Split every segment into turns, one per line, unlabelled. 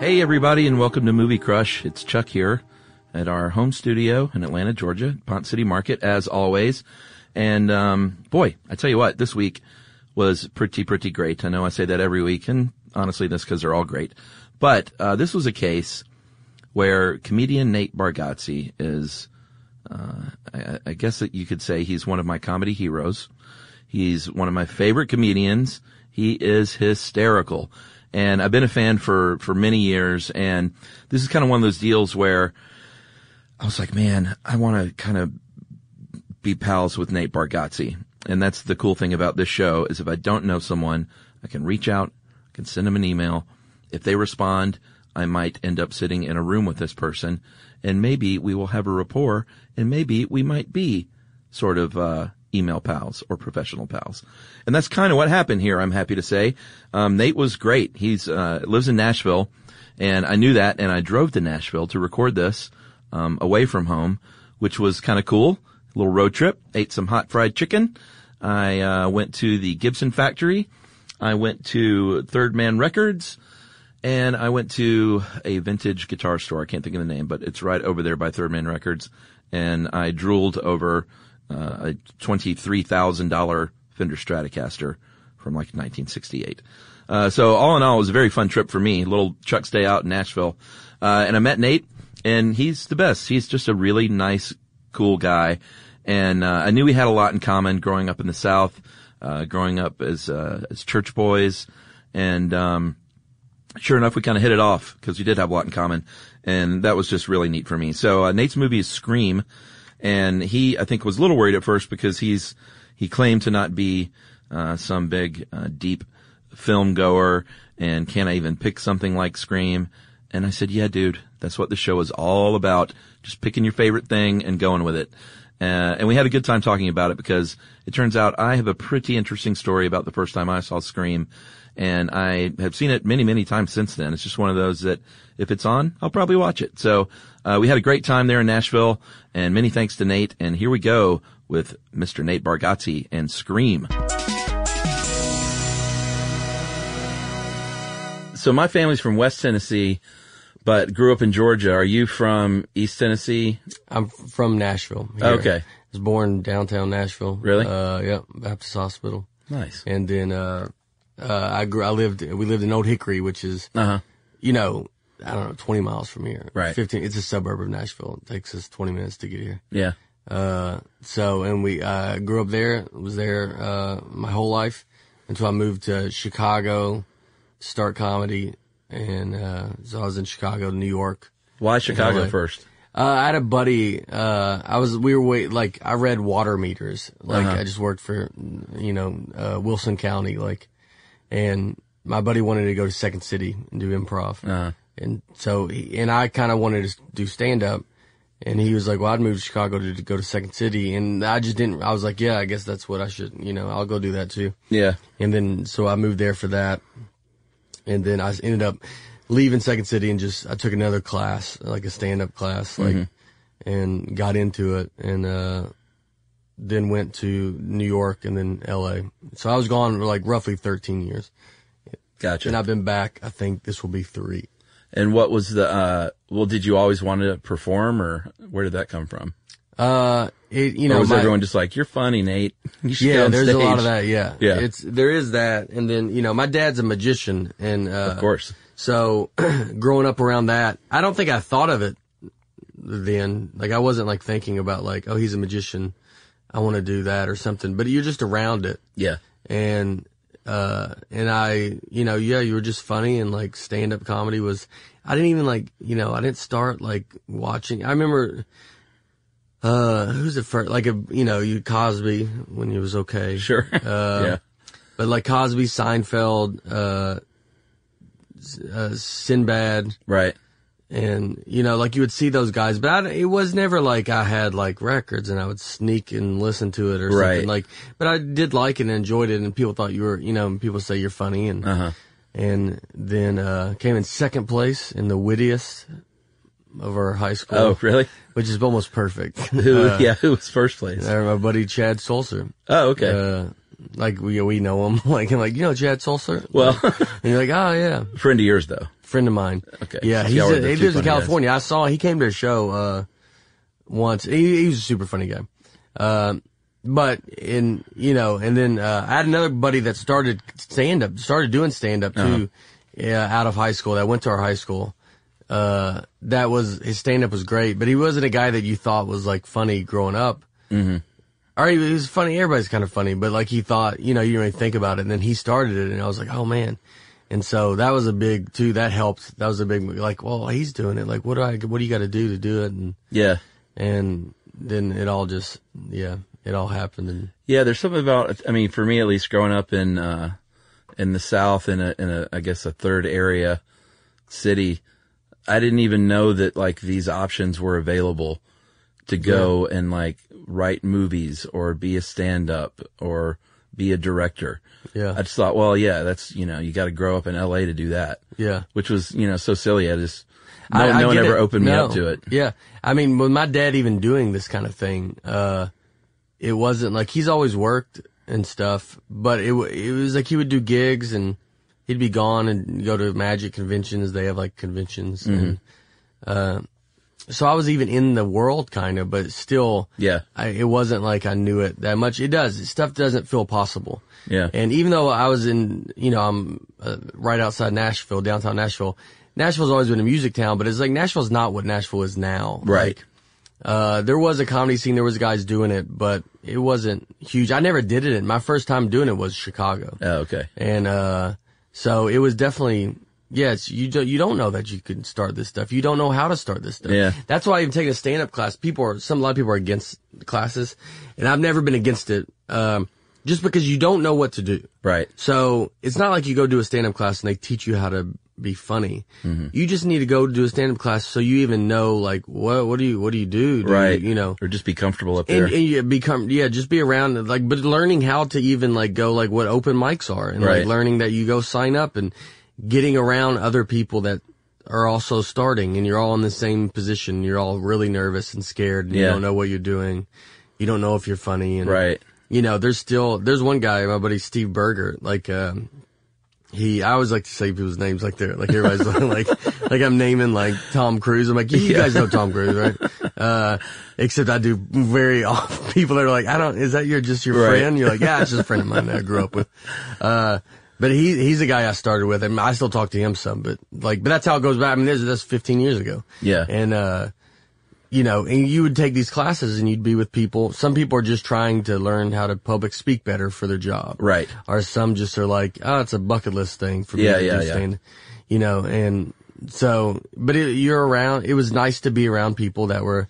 Hey, everybody, and welcome to Movie Crush. It's Chuck here at our home studio in Atlanta, Georgia, Pont City Market, as always. And um, boy, I tell you what, this week was pretty, pretty great. I know I say that every week, and honestly, that's because they're all great. But uh, this was a case where comedian Nate Bargatze is, uh, I, I guess that you could say he's one of my comedy heroes. He's one of my favorite comedians. He is hysterical. And I've been a fan for, for many years. And this is kind of one of those deals where I was like, man, I want to kind of be pals with Nate Bargatze. And that's the cool thing about this show is if I don't know someone, I can reach out, I can send them an email. If they respond, I might end up sitting in a room with this person and maybe we will have a rapport and maybe we might be sort of uh, email pals or professional pals. And that's kind of what happened here, I'm happy to say. Um, Nate was great. He's uh, lives in Nashville, and I knew that, and I drove to Nashville to record this um, away from home, which was kind of cool. little road trip, ate some hot fried chicken. I uh, went to the Gibson factory. I went to Third Man Records and I went to a vintage guitar store. I can't think of the name, but it's right over there by Third Man Records. And I drooled over uh, a twenty-three thousand dollar Fender Stratocaster from like 1968. Uh, so all in all, it was a very fun trip for me. Little Chuck's day out in Nashville, uh, and I met Nate, and he's the best. He's just a really nice, cool guy, and uh, I knew we had a lot in common growing up in the South, uh, growing up as uh, as church boys, and um, sure enough, we kind of hit it off because we did have a lot in common, and that was just really neat for me. So uh, Nate's movie is Scream, and he I think was a little worried at first because he's he claimed to not be uh, some big uh, deep film goer, and can I even pick something like Scream? And I said, Yeah, dude, that's what the show is all about. Just picking your favorite thing and going with it. Uh, and we had a good time talking about it because it turns out I have a pretty interesting story about the first time I saw Scream. And I have seen it many, many times since then. It's just one of those that if it's on, I'll probably watch it. So, uh, we had a great time there in Nashville and many thanks to Nate. And here we go with Mr. Nate Bargatze and Scream. So my family's from West Tennessee, but grew up in Georgia. Are you from East Tennessee?
I'm f- from Nashville. here.
Okay.
I was born downtown Nashville.
Really?
Uh, yeah, Baptist Hospital.
Nice.
And then, uh, uh, I grew, I lived, we lived in Old Hickory, which is,
Uh huh.
you know, I don't know, 20 miles from here.
Right.
15. It's a suburb of Nashville. It takes us 20 minutes to get here.
Yeah.
Uh, so, and we, uh, grew up there, was there, uh, my whole life until I moved to Chicago, start comedy. And, uh, so I was in Chicago, New York.
Why Chicago
LA.
first?
Uh, I had a buddy, uh, I was, we were wait, like, I read water meters. Like, I just worked for, you know, uh, Wilson County, like, and my buddy wanted to go to Second City and do improv. And so, he, and I kind of wanted to do stand up. And he was like, well, I'd move to Chicago to, to go to Second City. And I just didn't, I was like, yeah, I guess that's what I should, you know, I'll go do that too.
Yeah.
And then, so I moved there for that. And then I ended up leaving Second City and just, I took another class, like a stand up class, like,
Mm-hmm.
and got into it and, uh, then went to New York and then LA. So I was gone for like roughly 13 years.
Gotcha.
And
And,
I've been back, I think this will be three.
what was the, uh, well, did you always want to perform or where did that come from?
Uh, it, you
Or
know,
was
my-
everyone just like, you're funny, Nate. You should get
yeah,
on
there's a lot of
stage."
that. Yeah.
Yeah.
It's, there is that. And then, you know, my dad's a magician and, uh,
Of course.
So growing up around that, I don't think I thought of it then. Like I wasn't like thinking about like, oh, he's a magician. I want to do that or something, but you're just around it.
Yeah.
And, uh, and I, you know, yeah, you were just funny and like stand up comedy was, I didn't even like, you know, I didn't start like watching. I remember, uh, who's the first, like a, you know, you Cosby when he was okay. Uh,
Sure. yeah.
But like Cosby, Seinfeld, uh, S- uh, Sinbad,
Right.
and you know, like you would see those guys, but I, it was never like I had like records and I would sneak and listen to it or
Right.
something like. But I did like it and enjoyed it, and people thought you were, you know, and people say you're funny, and
Uh. Uh-huh.
and then uh, came in second place in the wittiest of our high school,
Oh, really?
which is almost perfect.
Who, yeah, who was first place?
Uh, my buddy Chad Solser.
oh, okay.
Uh, like we we know him, like and like you know Chad Solser.
well,
And you're like, oh yeah,
friend of yours though.
friend of mine.
Okay.
Yeah,
So
he's
y'all were
a,
the
he
two
lives in
funny guys.
California. I saw he came to a show uh, once. He, he was a super funny guy. Um, but in you know, and then uh, I had another buddy that started stand up, started doing stand
Uh-huh.
up too, yeah, out of high school. That went to our high school. Uh, that was his stand up was great, but he wasn't a guy that you thought was like funny growing up.
Mm-hmm.
Or he was funny. Everybody's kind of funny, but like he thought, you know, you didn't really think about it. And then he started it, and I was like, oh man. And so that was a big too. That helped. That was a big like, well, he's doing it. Like, what do I? What do you got to do to do it? And
Yeah.
and then it all just yeah, it all happened. And
Yeah, there's something about. I mean, for me at least, growing up in uh, in the South, in a in a I guess a third area city, I didn't even know that like these options were available to go and like write movies or be a stand up or be a director.
yeah,
I just thought, well, yeah, that's you know, you got to grow up in L.A. to do that,
yeah.
which was you know so silly. I just no,
I- I
no one
get
ever
it.
opened me up
No.
to it.
Yeah. I mean, with my dad even doing this kind of thing, uh, it wasn't like he's always worked and stuff, but it, wa- it was like he would do gigs and he'd be gone and go to magic conventions. They have like conventions.
Mm-hmm.
And, uh, so I was even in the world kind of, but still,
Yeah.
I, it wasn't like I knew it that much. It does. Stuff doesn't feel possible.
Yeah.
And even though I was in, you know, I'm uh, right outside Nashville, downtown Nashville. Nashville's always been a music town, but it's like Nashville's not what Nashville is now.
Right.
Like, uh, there was a comedy scene. There was guys doing it, but it wasn't huge. I never did it. My first time doing it was Chicago.
Oh, okay.
And, uh, so it was definitely, yes, you do, you don't know that you can start this stuff. You don't know how to start this stuff.
Yeah.
That's why even taking a stand up class, people are, some, a lot of people are against classes and I've never been against it. Um, just because you don't know what to do.
Right.
So it's not like you go do a stand up class and they teach you how to be funny.
Mm-hmm.
You just need to go do a stand up class so you even know like what what do you what do you do? do you-
Right.
You, know.
or just be comfortable up there.
And, and you become yeah, just be around it, like but learning how to even like go like what open mics are and
Right.
like learning that you go sign up and getting around other people that are also starting and you're all in the same position. You're all really nervous and scared and you
Yeah.
don't know what you're doing. You don't know if you're funny and
right.
you know, there's still there's one guy, my buddy Steve Berger, like um he I always like to say people's names like they're like everybody's like like I'm naming like Tom Cruise. I'm like, you, you guys know Tom Cruise, right? Uh except I do very off people that are like, I don't is that your just your
Right.
friend? You're like, Yeah, it's just a friend of mine that I grew up with. Uh But he he's the guy I started with, and I still talk to him some. But like, but that's how it goes back. I mean, this that's 15 years ago.
Yeah.
and uh, you know, and you would take these classes, and you'd be with people. Some people are just trying to learn how to public speak better for their job,
Right.
Or some just are like, oh, it's a bucket list thing for me
Yeah,
to
yeah,
do
yeah.
stand- you know, and so, but it, you're around. It was nice to be around people that were.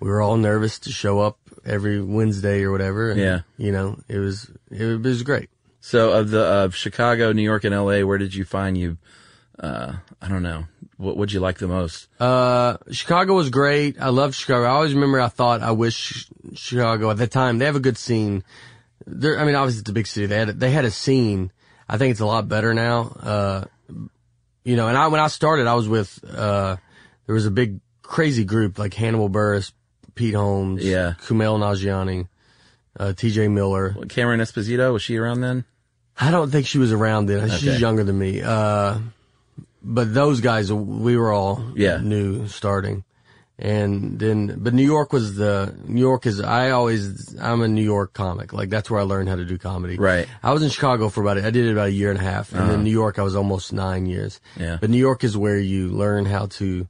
We were all nervous to show up every Wednesday or whatever. and,
Yeah.
you know, it was it was great.
So of the of Chicago, New York, and L.A., where did you find you? Uh, I don't know. What would you like the most?
Uh, Chicago was great. I loved Chicago. I always remember I thought I wish Chicago at the time. They have a good scene. There, I mean, obviously it's a big city. They had they had a scene. I think it's a lot better now. Uh, you know, and I when I started, I was with uh, there was a big crazy group like Hannibal Burris, Pete Holmes,
Yeah.
Kumail Nanjiani, uh, T.J. Miller.
Cameron Esposito was she around then?
I don't think she was around then.
Okay.
She's younger than me. Uh, but those guys, we were all
Yeah.
new starting. And then, but New York was the, New York is, I always, I'm a New York comic. Like that's where I learned how to do comedy.
Right. Uh-huh.
I was in Chicago for about, I did it about a year and a half. And then New York, I was almost nine years.
Yeah.
But New York is where you learn how to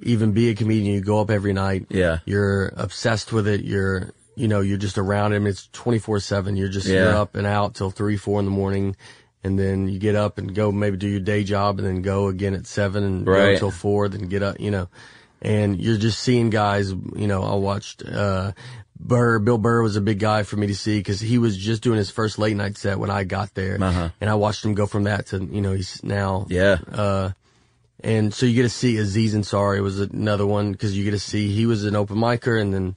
even be a comedian. You go up every night.
Yeah.
You're obsessed with it. You're, you know, you're just around him. It's 24 seven. You're just, you're
Yeah.
up and out till three, four in the morning. And then you get up and go maybe do your day job and then go again at seven and go
Right.
till four, then get up, you know, and you're just seeing guys, you know, I watched, uh, Burr, Bill Burr was a big guy for me to see because he was just doing his first late night set when I got there.
Uh-huh.
And I watched him go from that to, you know, he's now
Yeah.
Uh, and so you get to see Aziz Ansari was another one because you get to see he was an open micer and then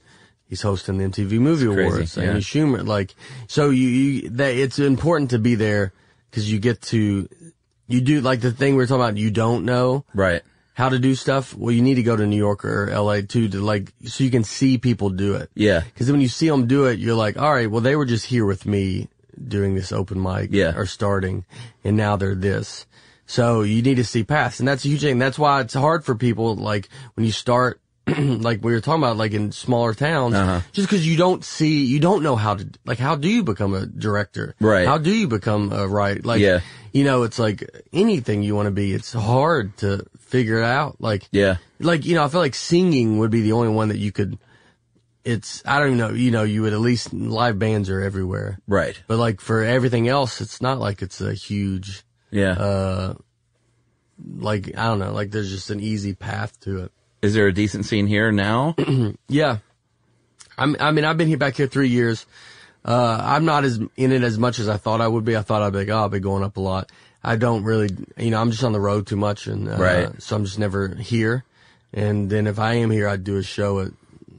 he's hosting the MTV Movie
crazy,
Awards.
yeah.
Amy Schumer, like so you, you that it's important to be there because you get to you do like the thing we were talking about. You don't know
right.
how to do stuff. Well, you need to go to New York or LA too to like so you can see people do it.
Yeah.
Because when you see them do it, you're like, all right, well, they were just here with me doing this open mic
Yeah.
or starting, and now they're this. So you need to see paths, and that's a huge thing. That's why it's hard for people, like when you start, like we were talking about, like in smaller towns,
Uh-huh.
just because you don't see, you don't know how to, like, how do you become a director?
Right.
How do you become a right? Like,
Yeah.
you know, it's like anything you want to be, it's hard to figure it out. Like,
Yeah.
like you know i feel like singing would be the only one that you could it's i don't even know you know you would at least live bands are everywhere
Right.
but like for everything else it's not like it's a huge
Yeah.
Uh, like i don't know like there's just an easy path to it
Is there a decent scene here now?
yeah I'm, i mean i've been here back here three years uh, i'm not as in it as much as i thought i would be i thought i'd be like oh i'll be going up a lot i don't really you know i'm just on the road too much and uh,
Right.
so i'm just never here and then if i am here i'd do a show at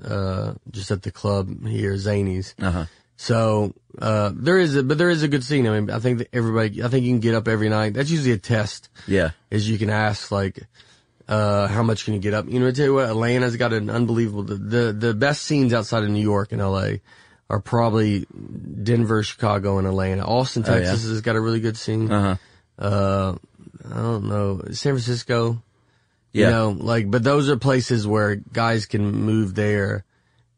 uh, just at the club here, Zanies.
Uh-huh.
So uh, there is a, but there is a good scene. I mean, I think that everybody, I think you can get up every night. That's usually a test.
Yeah.
Is you can ask like, uh, how much can you get up? You know, I tell you what, Atlanta's got an unbelievable. The, the the best scenes outside of New York and L.A. are probably Denver, Chicago, and Atlanta. Austin,
Oh, yeah.
Texas has got a really good scene.
Uh huh.
Uh, I don't know, San Francisco.
Yeah.
You know, like, but those are places where guys can move there.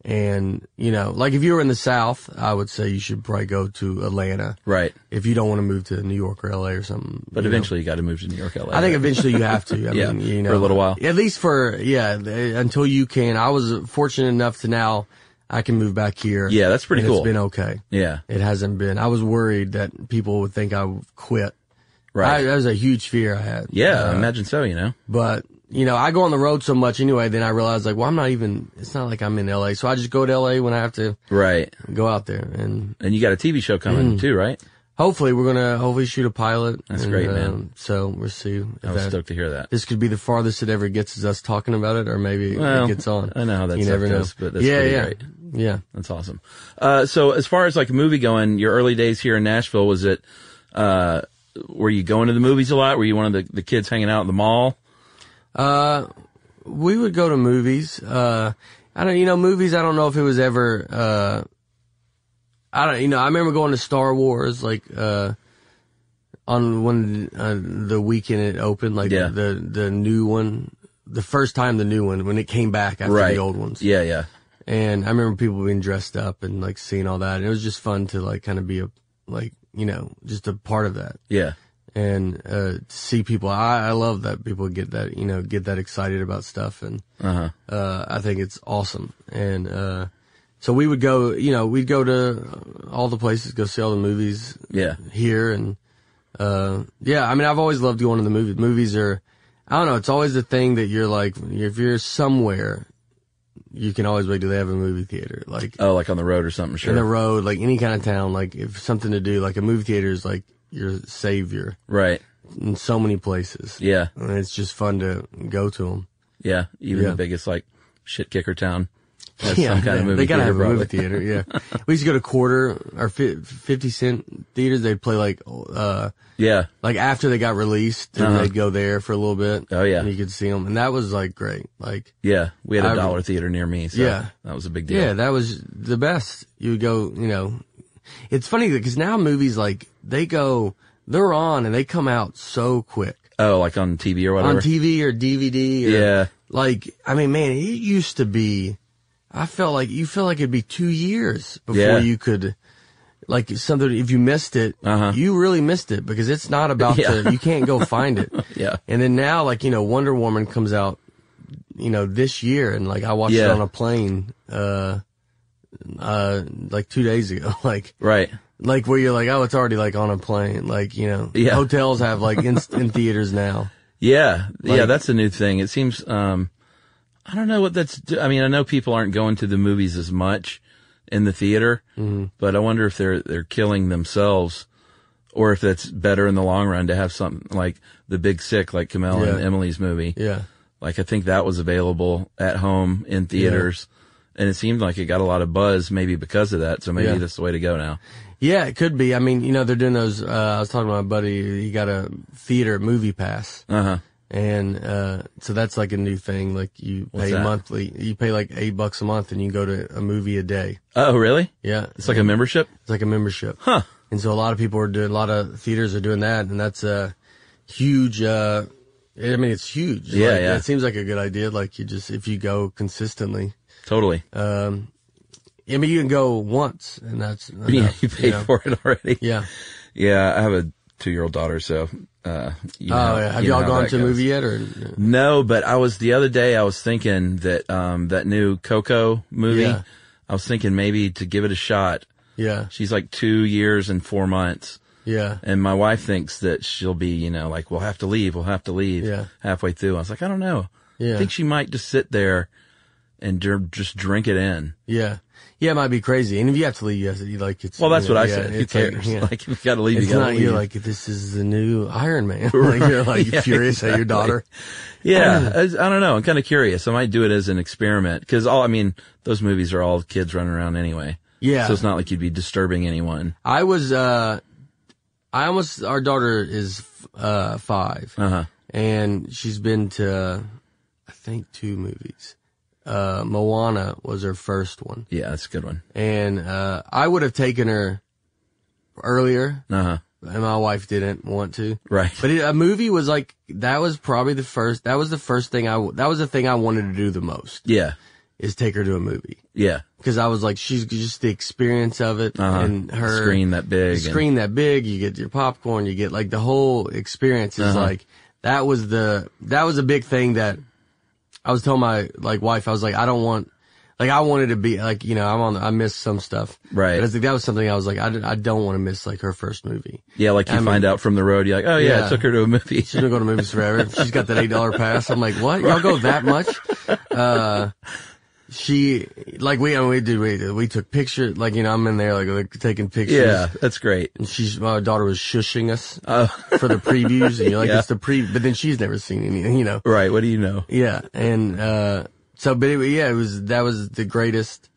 And, you know, like if you were in the South, I would say you should probably go to Atlanta
right.
if you don't want to move to New York or LA or something.
But
you know.
eventually you got to move to New York, LA.
I think eventually you have to. I
Yeah,
mean, you know,
for a little while.
At least for, yeah, th- until you can. I was fortunate enough to now I can move back here.
Yeah, that's pretty
and
cool.
It's been okay.
Yeah.
It hasn't been. I was worried that people would think I quit. I,
Right.
that was a huge fear I had.
yeah.
Uh,
imagine so. You know.
but you know, I go on the road so much anyway. Then I realize like, well, I'm not even. It's not like I'm in LA, so I just go to LA when I have to
Right.
go out there. And
And you got a TV show coming
Mm.
too, right?
hopefully, we're gonna hopefully shoot a pilot.
That's
And,
great,
um,
man.
so we'll see. If
I was
that-
stoked to hear that.
this could be the farthest it ever gets is us talking about it, or maybe
Well,
it gets on.
I know how that
you
stuff
never
goes,
know.
but that's
yeah,
pretty
yeah,
great.
yeah.
That's awesome. Uh, so as far as like movie going, your early days here in Nashville, was it, uh, were you going to the movies a lot? Were you one of the, the kids hanging out in the mall?
Uh, we would go to movies. Uh, I don't, you know, movies. I don't know if it was ever. Uh, I don't, you know, I remember going to Star Wars like uh, on when uh, the weekend it opened, like
Yeah.
the the new one, the first time the new one when it came back after
Right.
the old ones.
Yeah. Yeah.
And I remember people being dressed up and like seeing all that, and it was just fun to like kind of be a like you know just a part of that.
Yeah.
and uh, see people. I, I love that people get that you know get that excited about stuff, and
Uh-huh.
uh I think it's awesome. And uh, so we would go, you know, we'd go to all the places, go see all the movies
Yeah.
here, and uh, yeah, I mean, I've always loved going to the movies. Movies are, I don't know, it's always the thing that you're like, if you're somewhere, you can always wait. Do they have a movie theater? Like
Oh, like on the road or something. Sure.
in the road, like any kind of town, like if something to do, like a movie theater is like your savior
right.
in so many places.
Yeah.
And it's just fun to go to them.
Yeah. Even
Yeah.
the biggest like shit kicker town has
yeah,
some kind of
they-
movie
they gotta
theater.
have a movie
probably.
theater. Yeah, we used to go to quarter or fi- fifty cent theaters. They'd play like, uh,
yeah.
like after they got released, and
Uh-huh.
they'd go there for a little bit.
Oh, yeah.
and you could see them, and that was like great. Like,
Yeah. We had a
I-
dollar theater near me. So
Yeah.
That was a big deal.
yeah, that was the best. You would go, you know, it's funny because now movies like they go, they're on and they come out so quick.
Oh, like on TV or whatever.
on TV or DVD. Or,
Yeah.
Like, I mean, man, it used to be, I felt like, you felt like it'd be two years before
Yeah.
you could, like something, if you missed it,
Uh-huh.
you really missed it because it's not about
Yeah.
to, you can't go find it.
Yeah.
And then now, like, you know, Wonder Woman comes out, you know, this year and like I watched it
Yeah.
on a plane, uh, uh, like two days ago, like,
Right.
like where you're like, oh, it's already like on a plane, like you know,
Yeah.
hotels have like in, in theaters now.
Yeah. yeah.
Like-
That's a new thing. It seems, um, I don't know what that's, do- I mean, I know people aren't going to the movies as much in the theater,
Mm-hmm.
but I wonder if they're, they're killing themselves or if that's better in the long run to have something like the big sick, like Camille and
Yeah.
Emily's movie.
Yeah.
Like I think that was available at home in theaters. And it seemed like it got a lot of buzz maybe because of that. So maybe
Yeah.
that's the way to go now.
Yeah, it could be. I mean, you know, they're doing those. Uh, I was talking to my buddy. He got a theater movie pass,
Uh huh.
and uh, so that's like a new thing. Like you
What's
pay
that?
monthly. You pay like eight bucks a month, and you go to a movie a day.
Oh, really?
Yeah,
It's like a membership?
it's like a membership.
Huh.
And so a lot of people are doing. A lot of theaters are doing that, and that's a huge. Uh, I mean, it's huge.
Yeah,
Like,
yeah.
It seems like a good idea. Like you just if you go consistently.
Totally.
Um, I mean, you can go once, and that's
Yeah,
enough,
you paid
know?
for it already.
Yeah.
Yeah, I have a two year old daughter, so uh you know,
Oh, yeah. Have
you know
y'all
how
gone
that
to a
goes.
movie yet? Or
No, but I was the other day I was thinking that um that new Coco movie
Yeah.
I was thinking maybe to give it a shot.
yeah,
She's like two years and four months.
yeah,
And my wife thinks that she'll be, you know, like, we'll have to leave, we'll have to leave
Yeah.
halfway through. I was like, I don't know.
Yeah.
I think she might just sit there and dr- just drink it in.
yeah, yeah. It might be crazy, and if you have to leave, you have to. You like it's
Well, that's
yeah,
what I
yeah,
said. Who
it's like-
cares? Like,
yeah.
if you gotta leave,
it's
you gotta
not.
leave.
You're like this is the new Iron Man. like, you're like
Yeah,
furious at your daughter.
Yeah, I, I don't know. I'm kind of curious. I might do it as an experiment because all I mean, those movies are all kids running around anyway.
Yeah.
so it's not like you'd be disturbing anyone.
I was. uh I almost. Our daughter is uh five,
Uh huh.
and she's been to, I think, two movies. Uh, Moana was her first one.
Yeah, that's a good one.
and uh, I would have taken her earlier,
Uh huh.
and my wife didn't want to.
Right.
But it, a movie was like that was probably the first. That was the first thing I. w- That was the thing I wanted to do the most
yeah.
is take her to a movie
Yeah.
because I was like, she's just the experience of it
Uh-huh.
and her
screen that big.
the
and-
screen that big. You get your popcorn. You get like the whole experience is
Uh-huh.
like that was the that was a big thing that I was telling my like wife. I was like, I don't want. Like I wanted to be like you know I'm on the, I missed some stuff
Right.
But I was like that was something I was like I, did- I don't want to miss like her first movie.
yeah, like you
I mean-
find out from the road, you're like, oh yeah,
Yeah.
I took her to a movie.
She's gonna go to movies forever. She's got that eight dollar pass. I'm like, what? Y'all go that much? Uh, she like we I mean, we did we we took pictures like you know I'm in there like, like taking pictures.
yeah, that's great.
And she's my daughter was shushing us
Oh,
for the previews, and you're like,
Yeah.
it's the pre. But then she's never seen anything, you know.
right. What do you know?
Yeah, and uh, so, but it, yeah, it was that was the greatest.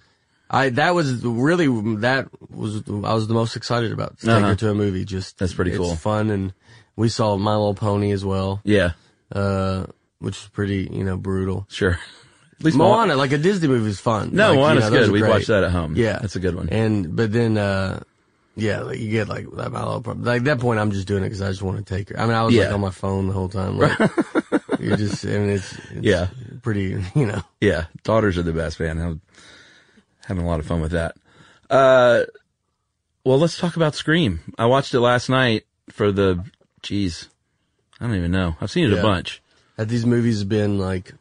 I that was really that was I was the most excited about to take
Uh-huh.
her to a movie. Just
That's pretty
it's
cool.
fun, and we saw My Little Pony as well,
Yeah,
uh, which was pretty you know brutal.
sure. At least
Moana, like a Disney movie, is fun.
No,
like, you
Moana's
know, those
good.
are
We
great.
watched that at home.
Yeah,
that's a good one.
And but then, uh, yeah, like you get like that. My little problem. Like that point, I'm just doing it because I just want to take her. I mean, I was like
Yeah.
on my phone the whole time. Like, you're just, I mean, it's, it's
Yeah.
pretty, you know.
Yeah, daughters are the best, man. I'm having a lot of fun with that. Uh, well, let's talk about Scream. I watched it last night for the Jeez, I don't even know. I've seen it a
Yeah.
bunch.
Have these movies been like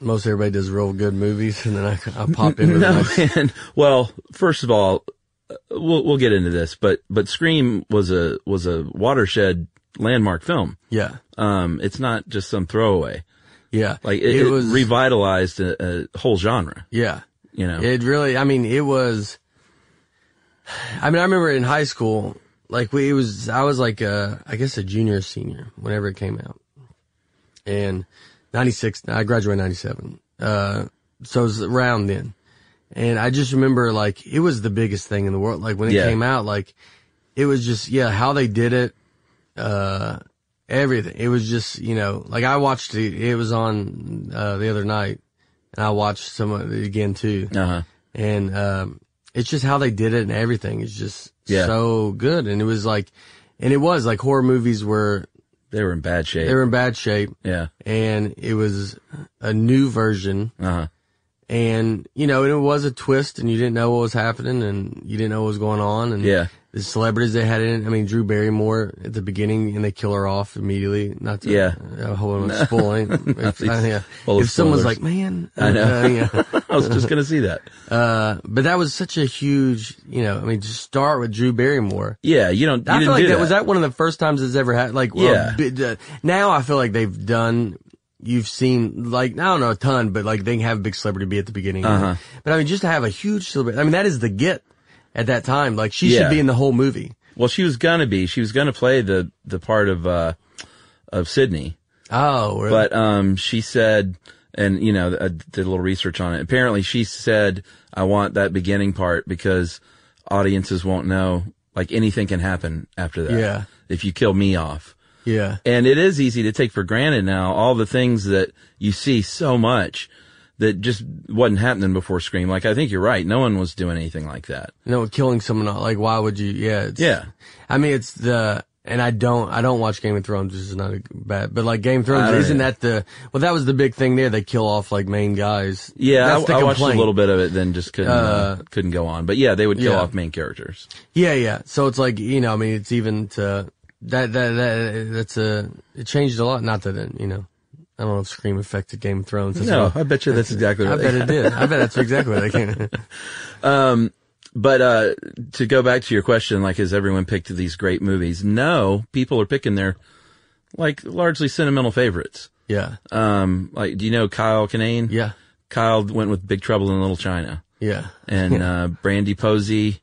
most everybody does real good movies, and then I, I pop in. with a
No,
nice-
man. Well, first of all, uh, we'll we'll get into this, but but Scream was a was a watershed landmark film.
yeah,
Um, it's not just some throwaway.
yeah.
Like it, it revitalized a, a whole genre.
yeah,
You know.
It really, I mean, it was, I mean, I remember in high school, like we, it was, I was like, uh, I guess a junior or senior whenever it came out. And 96, I graduated in 97. Uh, so it was around then. And I just remember like, it was the biggest thing in the world. Like when it
Yeah.
came out, like it was just, yeah, how they did it, uh, everything. It was just, you know, like I watched it, it was on, uh, the other night and I watched some of it again too
uh huh.
and um, it's just how they did it and everything is just
Yeah.
so good. And it was like, and it was like horror movies were
They were in bad shape.
they were in bad shape,
yeah.
and it was a new version,
Uh huh.
and you know, and it was a twist, and you didn't know what was happening, and you didn't know what was going on, and
Yeah.
The celebrities they had in it. I mean, Drew Barrymore at the beginning, and they kill her off immediately. Not to,
Yeah.
uh, hold on, spoiling. if
These-
I- yeah.
all
if
those
someone's
spoilers.
like, "Man,
I know.
uh, yeah.
I was just gonna see that.
Uh, but that was such a huge, you know, I mean, just start with Drew Barrymore.
Yeah. You don't. You
I
didn't
feel like
do
that, was that one of the first times it's ever had. Like, well,
Yeah.
bit, uh, now I feel like they've done. You've seen like I don't know a ton, but like they have a big celebrity be at the beginning.
Uh-huh.
But I mean, just to have a huge celebrity. I mean, that is the get at that time. Like she
Yeah.
should be in the whole movie.
Well, she was gonna be. She was gonna play the the part of uh of Sydney.
Oh, really?
But um, she said, and you know, I did a little research on it. Apparently, she said, "I want that beginning part because audiences won't know. Like anything can happen after that.
Yeah.
if you kill me off."
yeah,
And it is easy to take for granted now all the things that you see so much that just wasn't happening before Scream. Like I think you're right. No one was doing anything like that.
you know, killing someone. Like, why would you? Yeah, it's,
Yeah.
I mean, it's the and I don't I don't watch Game of Thrones. This is not a bad, but like Game
I
of Thrones,
don't
isn't
either.
that the well? That was the big thing there. They kill off like main guys.
Yeah,
that's the
I, I watched a
complaint.
little bit of it, then just couldn't uh, couldn't go on. But yeah, they would kill
Yeah.
off main characters.
Yeah, yeah. So it's like you know, I mean, it's even to that that that that's a it changed a lot. Not that it, you know, I don't know if Scream affected Game of Thrones. That's
No,
what-
I bet you that's exactly
I
right.
bet it did. I bet that's exactly what they came.
But uh, to go back to your question, like, has everyone picked these great movies? No, people are picking their like largely sentimental favorites.
Yeah,
Um, like, do you know Kyle Kinane?
yeah,
Kyle went with Big Trouble in Little China,
yeah.
and uh, Brandy Posey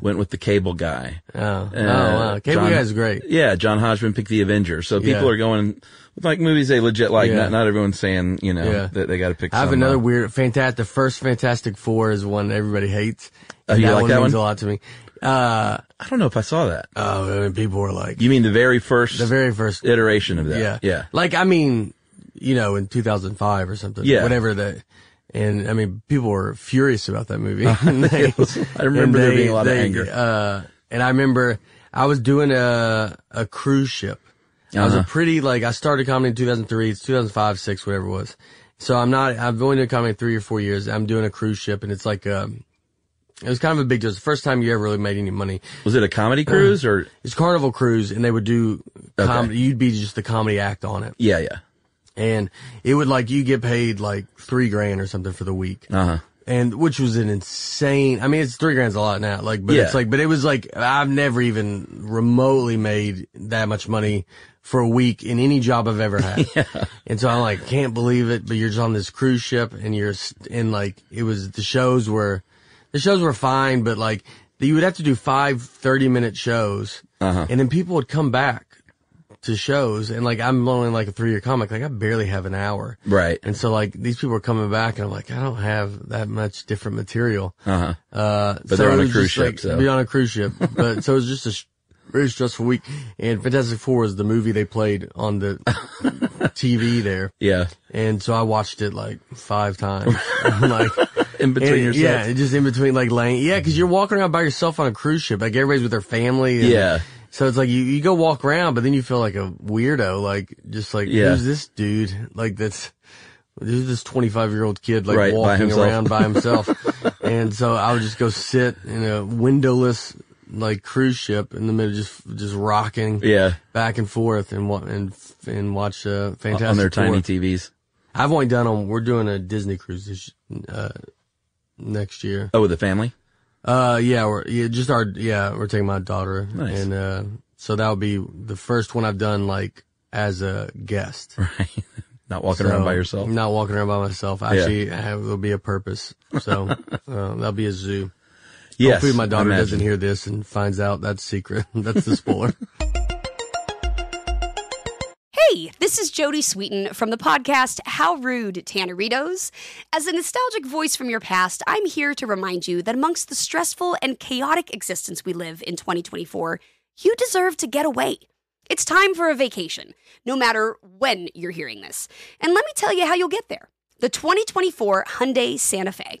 went with The Cable Guy.
Oh, oh wow, Cable
Uh, John-
Guy's great.
Yeah, John Hodgman picked The Avenger. So people
Yeah.
are going with like movies they legit like.
Yeah.
Not not everyone's saying you know
Yeah.
that they got to pick.
I have
some,
another
uh,
weird fantastic. The first Fantastic Four is one everybody hates.
Oh,
And
you
that
like
one
that
means
one?
a lot to me. Uh,
I don't know if I saw that.
oh, I mean, people were like
You mean the very first
the very first.
iteration of that?
yeah,
yeah.
Like I mean, you know, in 2005 or something.
Yeah.
whatever that. And I mean, people were furious about that movie. And they-
I remember
and
there
they-
being a lot of
they,
anger.
Uh, and I remember I was doing a a cruise ship. I was a
Uh-huh.
pretty like I started comedy in 2003. It's 2005, six, whatever it was. So I'm not. I've only done comedy three or four years. I'm doing a cruise ship, and it's like um, it was kind of a big deal. It's the first time you ever really made any money.
Was it a comedy cruise or?
It's Carnival Cruise, and they would do comedy.
Okay.
You'd be just the comedy act on it,
Yeah, yeah.
and it would like you get paid like three grand or something for the week
Uh huh.
and which was an insane. I mean, it's three grand's a lot now, like, but it's
Yeah.
like, but it was like I've never even remotely made that much money for a week in any job I've ever had, and so I'm like, can't believe it. But you're just on this cruise ship, and you're s- and like it was the shows were, the shows were fine, but like you would have to do five 30 minute shows, and then people would come back. To shows and like I'm only like a three year comic, like I barely have an hour.
Right.
And so like these people are coming back and I'm like, I don't have that much different material.
Uh huh.
Uh,
But
so
they're on
it
a
was
cruise
just,
ship,
like,
so.
Be on a cruise ship. But so it was just a sh- very stressful week. And Fantastic Four was the movie they played on the TV there.
Yeah.
And so I watched it like five times. like
In between
and-
yourselves.
Yeah, and just in between like laying. Yeah, because you're walking around by yourself on a cruise ship. Like everybody's with their family. and-
Yeah.
So it's like you, you go walk around, but then you feel like a weirdo. Like just like
Yeah.
who's this dude? Like that's who's this 25 year old kid like
Right, by
walking
himself.
around by himself. and so I would just go sit in a windowless like cruise ship in the middle, just just rocking
Yeah.
back and forth and wa- and and watch uh, Fantastic
on their tiny
Four.
TVs.
I've only done them. We're doing a Disney cruise this, uh, next year.
Oh, with the family.
Uh, yeah, we're yeah, just our yeah, we're taking my daughter,
Nice.
and uh, so that'll be the first one I've done like as a guest.
Right. Not walking around
So,
by yourself.
I'm not walking around by myself. Actually, I have, there'll be a purpose. So uh, that'll be a zoo.
Yes.
Hopefully, my daughter
imagine.
doesn't hear this and finds out that's secret. that's the spoiler.
Hey, this is Jody Sweeten from the podcast How Rude Tanneritos. As a nostalgic voice from your past, I'm here to remind you that amongst the stressful and chaotic existence we live in 2024, you deserve to get away. It's time for a vacation, no matter when you're hearing this. And let me tell you how you'll get there. The 2024 Hyundai Santa Fe.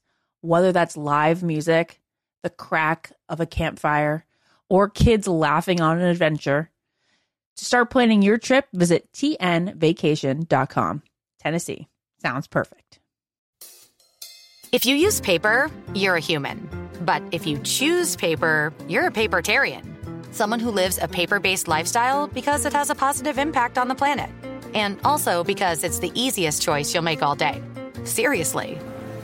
whether that's live music, the crack of a campfire, or kids laughing on an adventure. To start planning your trip, visit tnvacation.com. Tennessee sounds perfect.
If you use paper, you're a human. But if you choose paper, you're a papertarian. Someone who lives a paper based lifestyle because it has a positive impact on the planet. And also because it's the easiest choice you'll make all day. Seriously.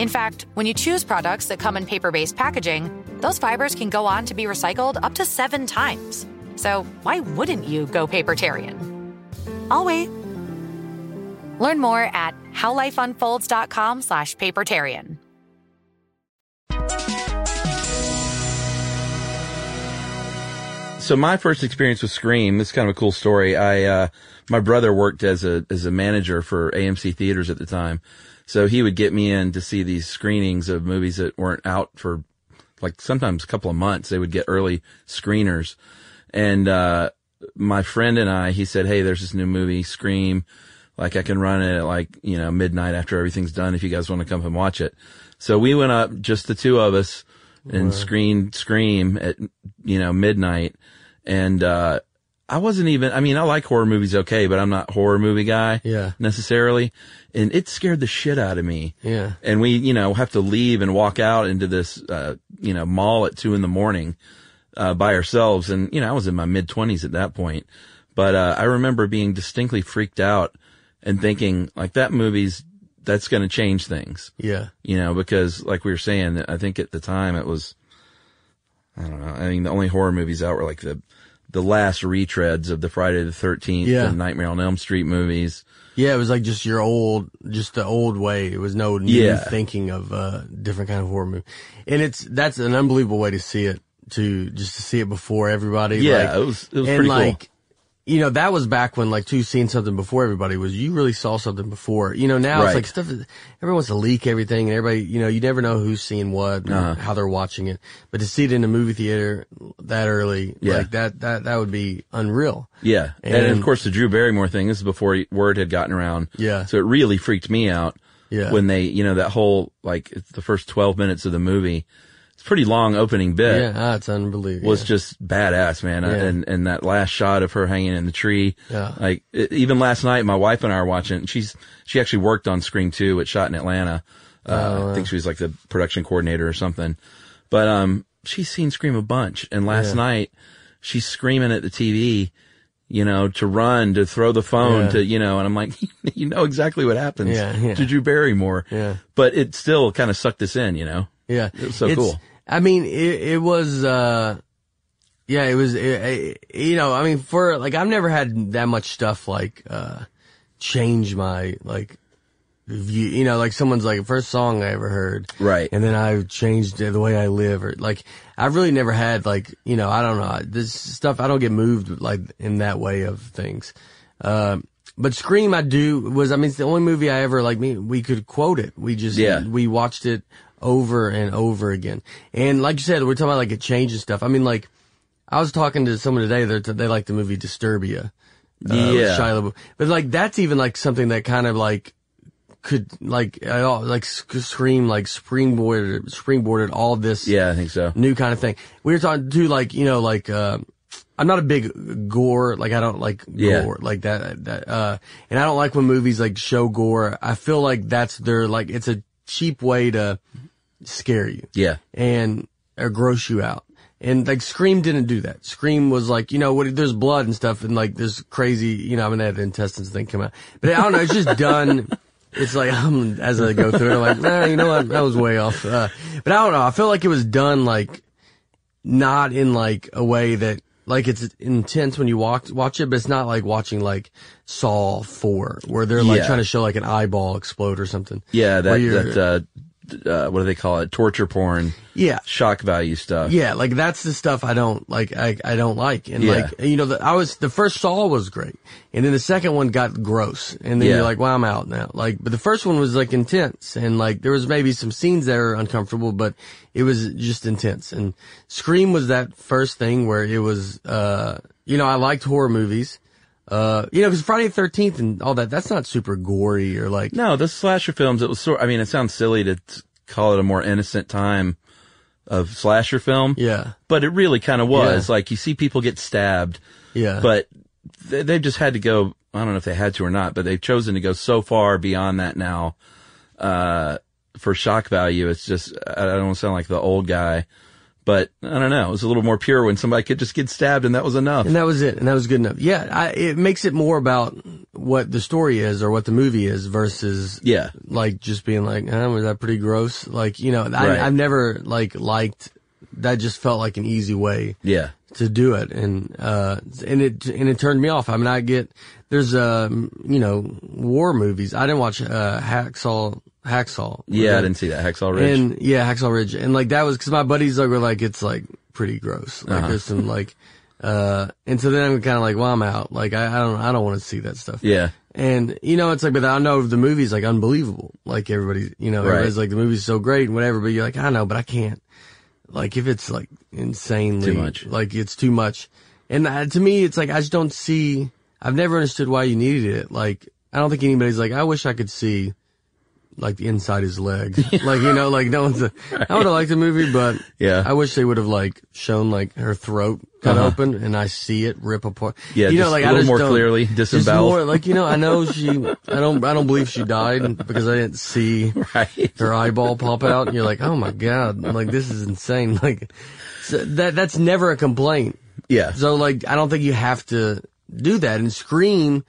In fact, when you choose products that come in paper based packaging, those fibers can go on to be recycled up to seven times. So, why wouldn't you go Papertarian? I'll wait. Learn more at howlifeunfolds.com slash papertarian.
So my first experience with Scream is kind of a cool story. I uh, my brother worked as a as a manager for AMC theaters at the time, so he would get me in to see these screenings of movies that weren't out for like sometimes a couple of months. They would get early screeners, and uh, my friend and I, he said, "Hey, there's this new movie, Scream. Like I can run it at like you know midnight after everything's done. If you guys want to come and watch it." So we went up, just the two of us, and screened Scream at you know midnight, and uh, I wasn't even. I mean, I like horror movies okay, but I'm not a horror movie guy
Yeah.
necessarily, and it scared the shit out of me
Yeah.
and we, you know, have to leave and walk out into this, uh, you know, mall at two in the morning, uh, by ourselves. And, you know, I was in my mid twenties at that point, but, uh, I remember being distinctly freaked out and thinking like that movie's, that's going to change things,
Yeah.
you know, because like we were saying, I think at the time it was, I don't know. I mean, the only horror movies out were like the, the last retreads of the Friday the 13th
Yeah.
and Nightmare on Elm Street movies.
Yeah, it was like just your old, just the old way. It was no new
Yeah.
thinking of uh, different kind of horror movie, and it's that's an unbelievable way to see it. To just to see it before everybody.
Yeah,
like-
it was- it was
and
pretty cool.
like, You know, that was back when like two seen something before everybody was. You really saw something before. You know, now
Right.
it's like stuff. is- Everyone wants to leak everything, and everybody. You know, you never know who's seeing what, and
Uh-huh.
how they're watching it. But to see it in a movie theater that early,
Yeah.
like that, that that would be unreal.
Yeah. And,
And-
of course, the Drew Barrymore thing, this is before word had gotten around.
Yeah.
So it really freaked me out
Yeah.
when they, you know, that whole, like, it's the first 12 minutes of the movie, it's a pretty long opening bit
yeah, ah, it's unbelievable.
was
Yeah.
just badass, man. I-
Yeah.
And and that last shot of her hanging in the tree,
Yeah.
like e- even last night, my wife and I are watching. it, And she's she actually worked on Scream Two, which shot in Atlanta. Uh,
Oh,
I think she was like the production coordinator or something. But um, she's seen Scream a bunch, and last night she's screaming at the TV. You know, to run, to throw the phone,
Yeah.
to, you know, and I'm like, you know exactly what happens
Yeah, yeah.
to Drew Barrymore.
Yeah.
But it still kind of sucked us in, you know?
Yeah.
It was so
It's-
cool.
I mean, it, it was, uh, Yeah, it was, it, it- you know, I mean, for, like, I've never had that much stuff, like, uh, change my, like, view, you know, like someone's, like, first song I ever heard.
Right.
And then I've changed the way I live or, like, I've really never had, like, you know, I don't know, this stuff, I don't get moved, like, in that way of things. Um, but Scream, I do, was, I mean, it's the only movie I ever, like, me, we could quote it. We just,
Yeah.
we watched it over and over again. And like you said, we're talking about, like, it changes stuff. I mean, like, I was talking to someone today. They they like the movie Disturbia. Uh, with
Yeah.
Shia LaBeouf. But like that's even like something that kind of like could like I all like sc- scream like springboarded springboarded all this
Yeah, I think so.
new kind of thing. We were talking to like you know like uh, I'm not a big gore like I don't like
Yeah.
gore like that, that uh and I don't like when movies like show gore. I feel like that's their like it's a cheap way to scare you
Yeah.
and or gross you out. And like Scream didn't do that. Scream was like, you know, what? There's blood and stuff, and like there's crazy, you know. I mean, they had the intestines thing come out, but I don't know. It's just done. It's like I'm as I go through, it, I'm like, nah, you know what? That was way off. Uh, but I don't know. I feel like it was done like not in like a way that like it's intense when you watch watch it, but it's not like watching like Saw Four where they're like
Yeah.
trying to show like an eyeball explode or something.
Yeah, that,
Where you're-
that uh, uh, what do they call it? Torture porn,
yeah.
shock value stuff.
Yeah, like that's the stuff I don't like. I, I don't like, and
Yeah.
like you know, the, I was the first Saw was great, and then the second one got gross, and then
Yeah.
you're like, well, I'm out now. Like, but the first one was like intense, and like there was maybe some scenes that are uncomfortable, but it was just intense. And Scream was that first thing where it was, uh, you know, I liked horror movies, uh, you know, because Friday the Thirteenth and all that, that's not super gory or like
No, the slasher films, it was sort, I mean, it sounds silly to t- call it a more innocent time of slasher film.
yeah,
But it really kind of was. Like, you see people get stabbed,
yeah,
but th- they've just had to go, I don't know if they had to or not, but they've chosen to go so far beyond that now, uh, for shock value. It's just, I I don't want to sound like the old guy, but I don't know. It was a little more pure when somebody could just get stabbed and that was enough.
And that was it. And that was good enough. Yeah. I, it makes it more about what the story is or what the movie is versus
yeah.
like just being like, huh, was that pretty gross? Like, you know,
Right.
I, I've never like liked that just felt like an easy way
Yeah.
to do it. And, uh, and it, and it turned me off. I mean, I get, there's, um, you know, war movies. I didn't watch, uh, Hacksaw, Hacksaw.
Yeah. I didn't see that. Hacksaw Ridge.
And yeah, Hacksaw Ridge, and like that was because my buddies like were like it's like pretty gross.
Uh-huh.
Like there's some like, uh, and so then I'm kind of like, well, I'm out. Like I, I don't, I don't want to see that stuff.
yeah.
And you know, it's like, but I know the movie's like unbelievable. Like everybody, you know,
Right.
everybody's like the movie's so great and whatever. But you're like, I know, but I can't. Like if it's like insanely
Too much.
like it's too much. And uh, to me, it's like I just don't see. I've never understood why you needed it. Like I don't think anybody's like, I wish I could see. Like the inside his leg, like you know, like no one's. A, I would have liked the movie, but
Yeah.
I wish they would have like shown like her throat cut
Uh-huh.
open, and I see it rip apart.
Yeah,
you know,
just
like
a
I
little
just
more
don't-
clearly
just
disemboweled.
more, like you know, I know she. I don't. I don't believe she died because I didn't see
Right.
her eyeball pop out. And you're like, oh my god, like this is insane. Like so that. That's never a complaint.
Yeah.
So like, I don't think you have to do that. And Scream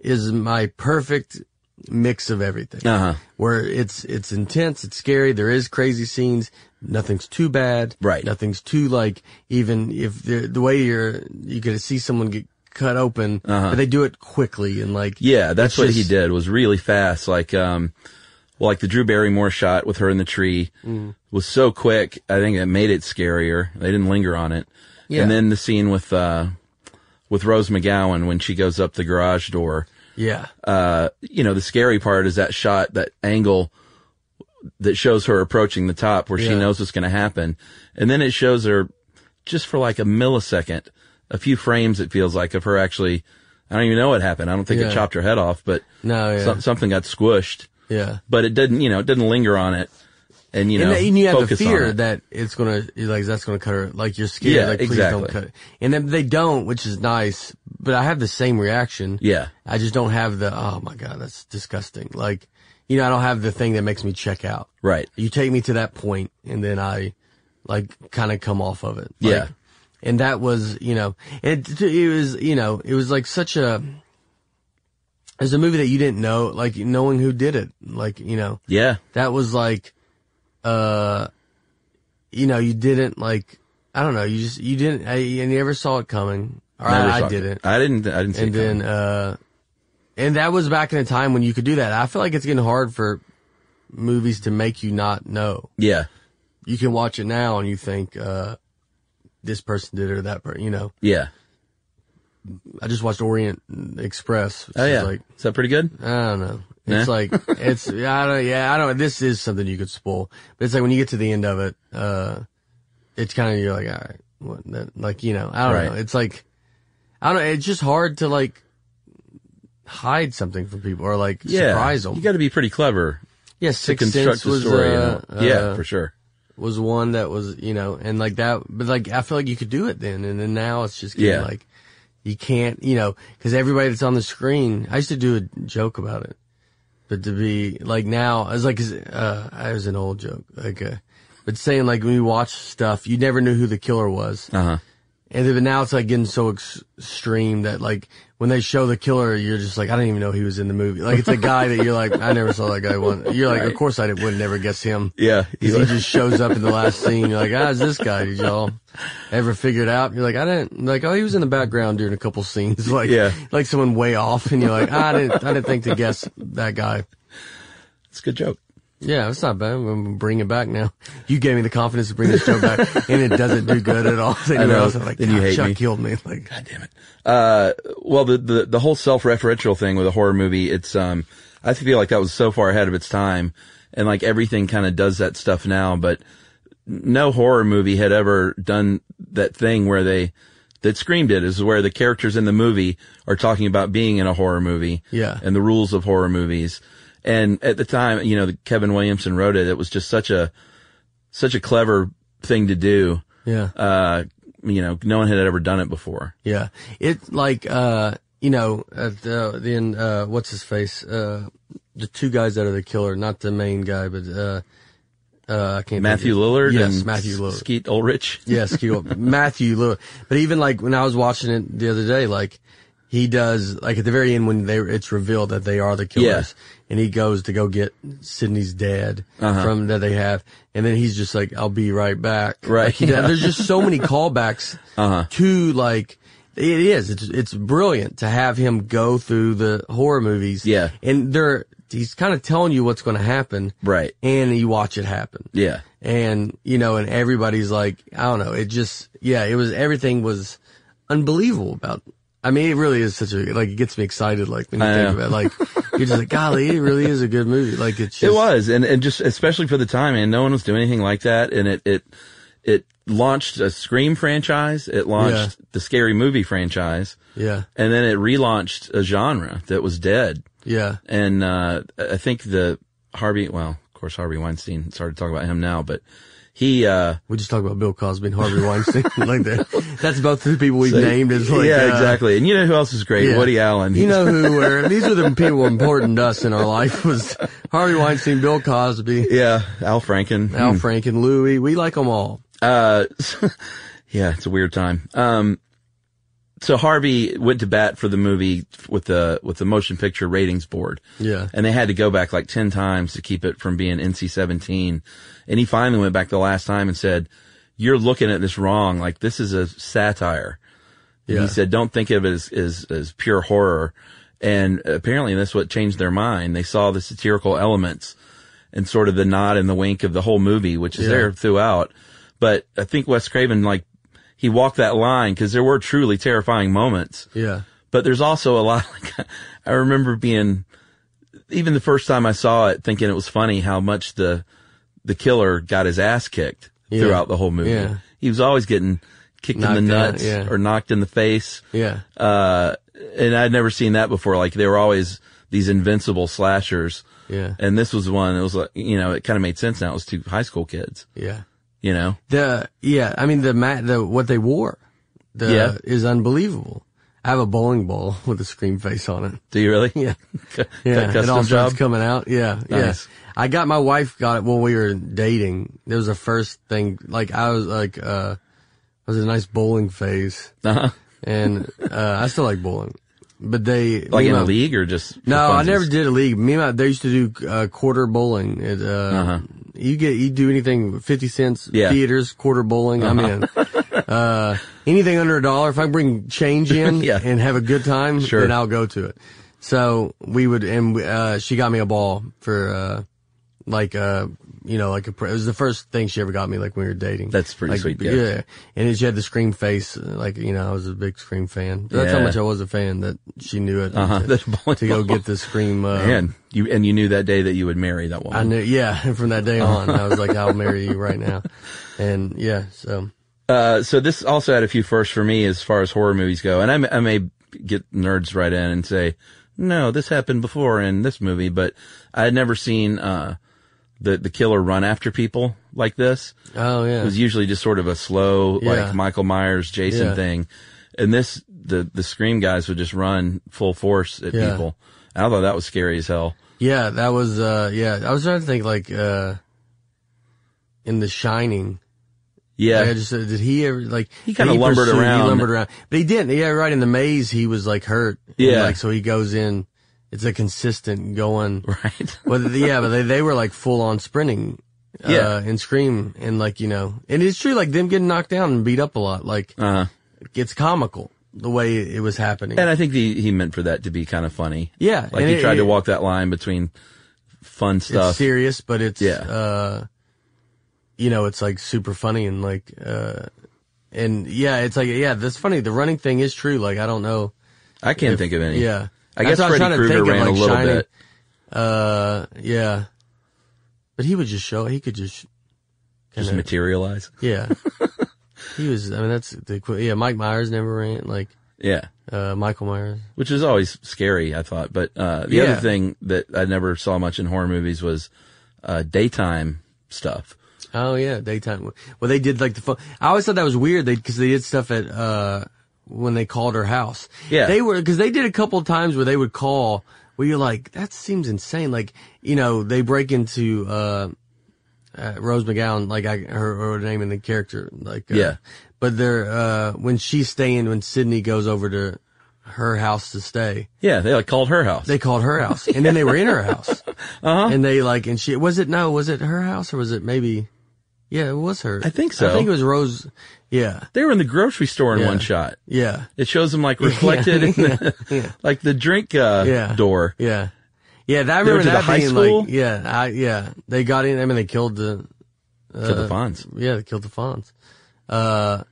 is my perfect mix of everything.
Uh-huh.
Where it's it's intense, it's scary. There is crazy scenes. Nothing's too bad.
Right.
Nothing's too like even if the the way you're you could see someone get cut open,
Uh-huh.
but they do it quickly and like
Yeah, that's
it's
what he
just-
did. Was really fast. Like, um, well, like the Drew Barrymore shot with her in the tree
Mm.
was so quick. I think it made it scarier. They didn't linger on it.
Yeah.
And then the scene with uh, with Rose McGowan when she goes up the garage door.
Yeah.
Uh, you know, the scary part is that shot, that angle that shows her approaching the top where she
Yeah.
knows what's going to happen, and then it shows her just for like a millisecond, a few frames. It feels like of her actually. I don't even know what happened. I don't think
Yeah.
it chopped her head off, but
No. Yeah.
some, something got squished,
yeah.
but it didn't, you know, it didn't linger on it. And you know,
and, and you have the
focus on
fear
it.
that it's gonna you're like that's gonna cut her like you're scared
Yeah,
like please
exactly.
don't cut it. and then they don't which is nice but I have the same reaction
Yeah.
I just don't have the oh my god that's disgusting like you know I don't have the thing that makes me check out
Right.
you take me to that point and then I like kind of come off of it Like,
Yeah.
and that was you know and it, it was you know it was like such a it was a movie that you didn't know like knowing who did it like you know
Yeah.
that was like uh you know you didn't like I don't know. You just you didn't. I, you never saw it coming. Or
Never saw
I, I
it.
didn't.
I didn't. I didn't see
and
it coming.
then uh and that was back in a time when you could do that i feel like it's getting hard for movies to make you not know
yeah,
you can watch it now and you think uh this person did it or that person you know
yeah.
i just watched orient express which
Oh
is
yeah.
like
is that pretty good?
i don't know it's
Nah.
like it's i don't yeah i don't this is something you could spoil but it's like when you get to the end of it uh it's kind of you're like all right what that, like you know i don't
Right.
know it's like i don't know it's just hard to like hide something from people or like
Yeah.
surprise them
You got to be pretty clever
yeah
to
six
construct
Sense
the
was
story. you
uh,
know? yeah,
uh,
for sure.
was one that was you know and like that but like i feel like you could do it then and then now it's just getting
Yeah.
like you can't you know because everybody that's on the screen i used to do a joke about it but to be like now i was like 'cause, uh i was an old joke like uh, but saying like when you watch stuff you never knew who the killer was
Uh huh.
and then but now it's like getting so ex- extreme that like when they show the killer, you're just like, I didn't even know he was in the movie. Like it's a guy that you're like, I never saw that guy. One, you're like, of course I did, would never guess him.
Yeah.
'Cause he just shows up in the last scene. You're like, how's this guy? Did y'all ever figure it out? You're like, I didn't. Like, oh, he was in the background during a couple scenes. Like,
Yeah.
like someone way off, and you're like, "Ah, I didn't, I didn't think to guess that guy.
It's a good joke.
Yeah, it's not bad. I'm gonna bring it back now. You gave me the confidence to bring this show back, and it doesn't do good at all. Then
I know.
I was like,
Then you
"God,
hate
Chuck
me."
killed me. Like,
God damn it. Uh, well, the, the, the whole self-referential thing with a horror movie, it's, um, I feel like that was so far ahead of its time. And like everything kind of does that stuff now, but no horror movie had ever done that thing where they, that Scream did is where the characters in the movie are talking about being in a horror movie.
Yeah.
And the rules of horror movies. And at the time, you know, Kevin Williamson wrote it. It was just such a, such a clever thing to do.
yeah,
Uh, you know, no one had ever done it before.
yeah. It like, uh, you know, at the, then uh, what's his face? Uh, the two guys that are the killer, not the main guy, but uh, uh, I can't.
Matthew
think of-
Lillard
Yes,
and
Matthew Lillard.
Skeet Ulrich.
Yes, he will. Matthew Lewis. But even like when I was watching it the other day, like he does, like at the very end when they it's revealed that they are the killers, and he goes to go get Sydney's dad
Uh-huh.
from that they have, and then he's just like, "I'll be right back."
Right, Uh-huh.
Like, he does-
yeah.
There's just so many callbacks to like. It is. It's it's brilliant to have him go through the horror movies.
Yeah.
and they're he's kind of telling you what's going to happen.
Right.
and you watch it happen
Yeah.
and you know, and everybody's like, I don't know, it just, yeah, it was everything was unbelievable about. I mean, it really is such a like it gets me excited. Like when you
I
think
know.
about, it. like you're just like, golly, it really is a good movie. Like it's just,
it was. And, and just, especially for the time, and no one was doing anything like that. And it, it, it launched a Scream franchise. It launched the scary movie franchise.
yeah,
And then it relaunched a genre that was dead.
yeah,
And, uh, I think the Harvey, well, of course, Harvey Weinstein, it's hard to talk about him now, but he, uh,
we just talked about Bill Cosby and Harvey Weinstein, like that. That's both the people we've named as like,
yeah,
uh,
exactly. And you know who else is great?
yeah.
Woody Allen.
You know who were these were the people important to us in our life was Harvey Weinstein, Bill Cosby,
yeah. Al Franken.
Al Franken, Louie. We like them all.
Uh, yeah, it's a weird time. Um, so Harvey went to bat for the movie with the with the motion picture ratings board,
Yeah,
and they had to go back like ten times to keep it from being NC seventeen. And he finally went back the last time and said, "You're looking at this wrong. Like this is a satire." And
Yeah.
He said, "Don't think of it as as, as pure horror." And apparently, that's what changed their mind. They saw the satirical elements and sort of the nod and the wink of the whole movie, which is
Yeah.
there throughout. But I think Wes Craven, like, he walked that line because there were truly terrifying moments.
yeah,
But there's also a lot, like, I remember being, even the first time I saw it, thinking it was funny how much the, the killer got his ass kicked
Yeah.
throughout the whole movie.
Yeah.
He was always getting kicked in
Knocked
the
out,
nuts
yeah.
or knocked in the face
yeah.
uh, and I'd never seen that before. Like they were always these invincible slashers.
Yeah.
And this was one. It was like you know, it kind of made sense now. It was two high school kids.
Yeah.
You know.
The yeah, I mean the mat, the what they wore, the,
Yeah.
is unbelievable. I have a bowling ball with a scream face on it.
Do you really?
Yeah.
Cu-
Yeah,
custom
it all starts
job.
coming out. Yeah,
Nice.
yeah. I got my wife got it when we were dating. There was a first thing like I was like uh, I was in a nice bowling phase,
uh-huh.
and uh, I still like bowling, but they
Like
me
in
and
a
my-
league or just? for
No, I
funsies?
never did a league. Me and my, they used to do uh, quarter bowling. At, uh, You get you do anything fifty cents
Uh-huh. Yeah. Uh-huh.
theaters quarter bowling. I'm in. uh, anything under a dollar, if I can bring change in
Yeah.
and have a good time,
Sure.
then I'll go to it. So we would, and uh, she got me a ball for uh, like uh, you know, like a. Pre- it was the first thing she ever got me, like when we were dating.
That's pretty
Like,
sweet, yeah.
Yeah. and then she had the scream face, uh, like you know, I was a big scream fan. That's how
Yeah.
much I was a fan that she knew it
Uh-huh,
to,
that ball-
to go get the scream. Uh,
Man, you and you knew that day that you would marry that
I
woman.
knew, yeah. And from that day on, I was like, I'll marry you right now. And yeah, so
Uh, so this also had a few firsts for me as far as horror movies go, and I may, I may get nerds right in and say, no, this happened before in this movie, but I had never seen uh, the the killer run after people like this.
oh
It
yeah,
was usually just sort of a slow,
Yeah.
like Michael Myers, Jason
Yeah.
thing, and this the the scream guys would just run full force at
Yeah.
people. And I thought that was scary as hell.
yeah. That was uh, yeah. I was trying to think like uh, in The Shining.
Yeah,
Like, I just said, did he ever like
He kinda lumbered
pursued-
around.
He lumbered around, but he didn't. Yeah, right in the maze, he was like hurt. And,
Yeah.
like so he goes in. It's a consistent going.
right.
well, th- yeah, but they, they were like full on sprinting. Uh,
Yeah.
and scream and like you know, and it's true. Like them getting knocked down and beat up a lot. Like
Uh,
it's comical the way it was happening.
and I think the, he meant for that to be kind of funny.
yeah,
Like
and
he
it-
tried to
it-
walk that line between fun
It's
stuff.
serious, but it's
Yeah.
uh, you know, it's like super funny and like uh, and yeah, it's like yeah, that's funny. The running thing is true. Like I don't know.
I can't think of any.
Yeah,
I
That's
guess
what was
Freddy
trying to
Krueger
think of,
ran
like,
a little
Shining.
bit.
Uh, yeah, but he would just show. He could just
Just
kinda-
materialize.
yeah. he was. I mean, that's the equi- yeah. Mike Myers never ran like
Yeah.
uh, Michael Myers.
Which is always scary, I thought. But, uh, the
Yeah.
other thing that I never saw much in horror movies was, uh, daytime stuff.
Oh yeah, daytime. Well, they did like the phone. I always thought that was weird. They because they did stuff at uh when they called her house.
Yeah.
they were because they did a couple of times where they would call. Where you're like, that seems insane. Like you know, they break into uh, uh Rose McGowan, like I her, her name and the character, like uh,
Yeah.
But they're uh when she's staying when Sydney goes over to her house to stay.
Yeah. They like called her house.
They called her house, and then they were in her house,
Uh-huh.
and they like, and she was it no, was it her house or was it maybe, yeah, it was her.
I think so.
I think it was Rose. Yeah,
they were in the grocery store in
Yeah.
one shot.
yeah,
It shows them like reflected in the, like the drink, uh,
Yeah.
door.
yeah, yeah. That I
They went
remember
to the
that
high
being
school?
like, yeah, I, yeah. They got in. I mean, they killed the,
to
Uh,
the Fonz.
yeah, they killed the Fonz. Uh,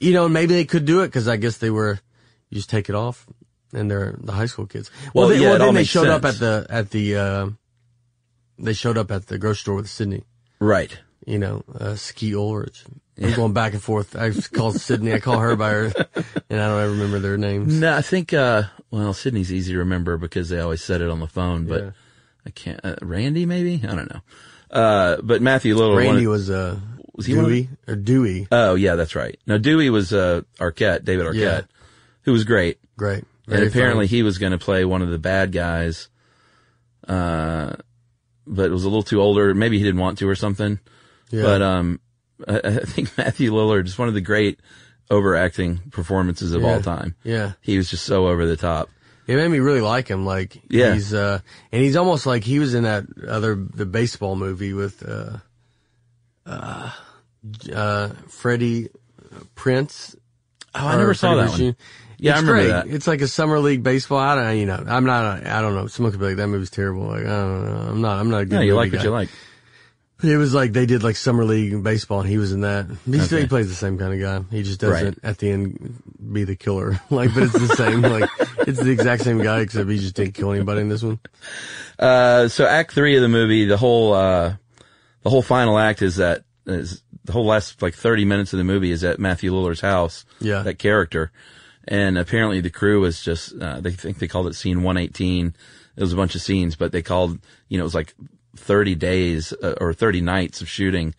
you know, and maybe they could do it because I guess they were, you just take it off, and they're the high school kids. Well,
Well,
they,
yeah,
well
it all
then they
makes
showed up
sense.
at the at the, uh, they showed up at the grocery store with Sydney.
Right.
you know, uh, Ski Ulrich. I'm going back and forth. I call Sydney, I call her by her, and I don't ever remember their names.
No, I think, uh, well, Sydney's easy to remember because they always said it on the phone, but I can't, uh, Randy maybe? I don't know. Uh, but Matthew Little.
Randy
wanted-
was, uh,
Was he one of-
Dewey, or Dewey.
Oh yeah, that's right. Now Dewey was uh, Arquette, David Arquette,
Yeah.
who was great,
Great.
and apparently he was going to play one of the bad guys, uh, but was a little too older. Maybe he didn't want to or something.
yeah.
But um, I, I think Matthew Lillard is one of the great overacting performances of all
Yeah.
time.
yeah.
He was just so over the top.
It made me really like him. Like,
Yeah.
he's, uh, and he's almost like he was in that other, the baseball movie with, uh, uh, uh, Freddie Prince.
Oh, I
or
never saw
Freddie
that
Mercury.
one. Yeah,
it's
I remember
great.
that.
It's like a summer league baseball. I don't, you know, I'm not, a, I don't know. Someone could be like, that movie's terrible. Like, I don't know. I'm not, I'm not a good
No, you
movie
like what
guy.
you like.
It was like they did like summer league and baseball, and he was in that. He still
Okay.
he plays the same kind of guy. He just
Right.
doesn't at the end be the killer. Like, but it's the same. like, it's the exact same guy, except he just didn't kill anybody in this one.
Uh, so act three of the movie, the whole, uh, the whole final act is that, is the whole last like 30 minutes of the movie is at Matthew Lillard's house.
Yeah.
That character. And apparently the crew was just, uh, they think they called it scene 118. It was a bunch of scenes, but they called, you know, it was like 30 days uh, or 30 nights of shooting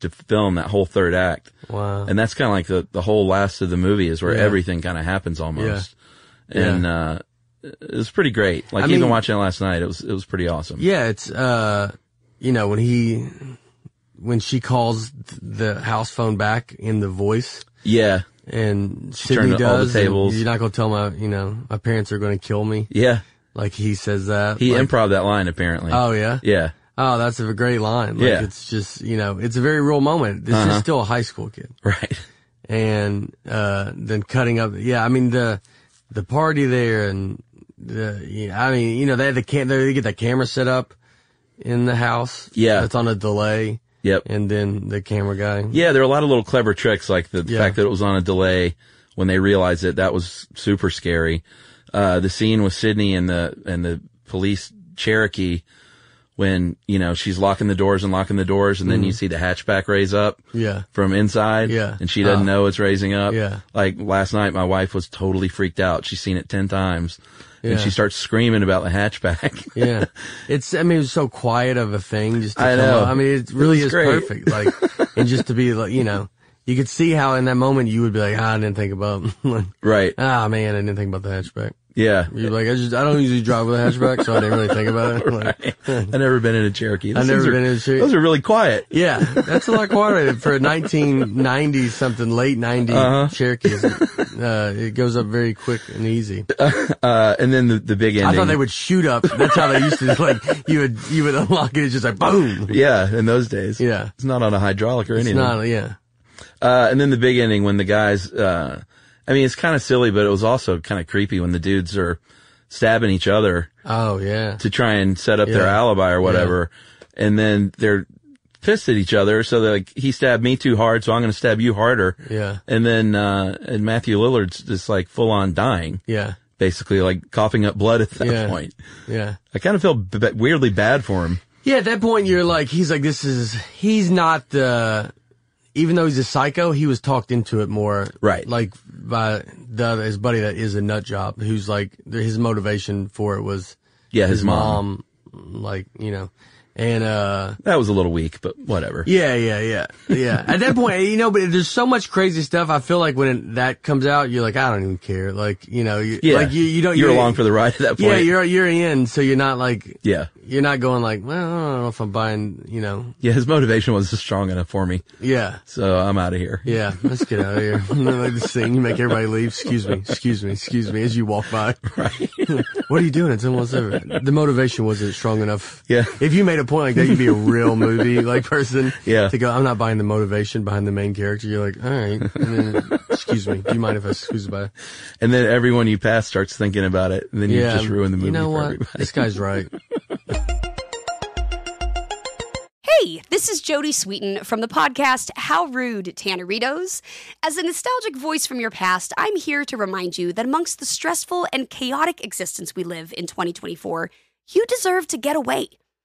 to film that whole third act.
Wow.
And that's kind of like the, the whole last of the movie is where
Yeah.
everything kind of happens almost.
Yeah.
And, uh, it was pretty great. Like
I
even
mean-
watching it last night, it was, it was pretty awesome.
Yeah, it's uh, you know, when he, when she calls th- the house phone back in the voice,
Yeah.
and
turned
Sydney
to all the
does. and
tables.
You're not gonna tell my, you know, my parents are gonna kill me.
Yeah.
Like he says that.
He
like,
improv that line apparently.
Oh yeah.
yeah.
Oh, that's a great line. Like,
Yeah. Uh-huh.
It's just you know, it's a very real moment. This is still a high school kid,
Right.
and uh, then cutting up. Yeah, I mean the the party there, and the you know, I mean you know they had the cam- they get the camera set up in the house.
Yeah.
that's on a delay,
Yep.
and then the camera guy.
Yeah, there are a lot of little clever tricks, like the
Yeah.
fact that it was on a delay when they realized it. That was super scary. Uh, the scene with Sydney and the and the police Cherokee when you know she's locking the doors and locking the doors, and
Mm-hmm.
then you see the hatchback raise up
Yeah.
from inside.
Yeah. Uh-huh.
and she doesn't know it's raising up.
Yeah.
like last night, my wife was totally freaked out. She's seen it ten times,
Yeah.
and she starts screaming about the hatchback.
yeah, it's. I mean, it was so quiet of a thing. Just to
I
come
know.
up. I mean, it really
It's
is
great.
perfect. Like, and just to be like, you know, you could see how in that moment you would be like, ah, I didn't think about, like,
right?
ah, man, I didn't think about the hatchback.
Yeah,
You're like, I just, I don't usually drive with a hatchback, so I didn't really think about it. Like,
I've never been in a Cherokee.
I've
Those things
never
are-
been in a Cherokee.
Those are really quiet.
yeah, that's a lot quieter for a 1990 something, late 90
Uh-huh.
Cherokee. Uh, it goes up very quick and easy.
Uh, and then the, the big ending.
I thought they would shoot up. That's how they used to like you would you would unlock it. It's just like boom.
Yeah, in those days.
Yeah.
It's not on a hydraulic or
It's
anything.
not. Yeah.
Uh, and then the big ending when the guys, uh, I mean, it's kind of silly, but it was also kind of creepy when the dudes are stabbing each other
Oh yeah.
to try and set up their
Yeah.
alibi or whatever. And then they're pissed at each other. So they're like, he stabbed me too hard, so I'm going to stab you harder.
Yeah.
And then, uh, and Matthew Lillard's just like full on dying,
Yeah.
basically like coughing up blood at that
Yeah.
point.
Yeah.
I kind of feel b- weirdly bad for him.
Yeah, at that point you're like, he's like, this is, he's not the, even though he's a psycho, he was talked into it more.
Right.
Like by the other, his buddy that is a nut job, who's like, his motivation for it was
Yeah. His, mom.
like, you know, and, uh,
That was a little weak, but whatever.
yeah, yeah, yeah, yeah. At that point, you know, but there's so much crazy stuff. I feel like when it, that comes out, you're like, I don't even care. Like, you know, you,
Yeah.
like you, you don't.
You're along for the ride at that point.
Yeah, you're you're in, so you're not like,
Yeah.
you're not going like, well, I don't know if I'm buying, you know,
Yeah, his motivation wasn't strong enough for me,
yeah.
so I'm out of here.
Yeah, let's get out of here. I like this thing. You make everybody leave. Excuse me, excuse me, excuse me as you walk by. Right. what are you doing? It's almost over. The motivation wasn't strong enough.
Yeah.
If you made a point like that, you'd be a real movie like person.
Yeah.
To go, I'm not buying the motivation behind the main character. You're like, all right. And then, excuse me. Do you mind if I squeeze by?
And then everyone you pass starts thinking about it, and then you just ruin the movie
You know
for
what?
everybody.
This guy's right.
Hey, this is Jody Sweeten from the podcast How Rude Tanneritos. As a nostalgic voice from your past, I'm here to remind you that amongst the stressful and chaotic existence we live in 2024, you deserve to get away.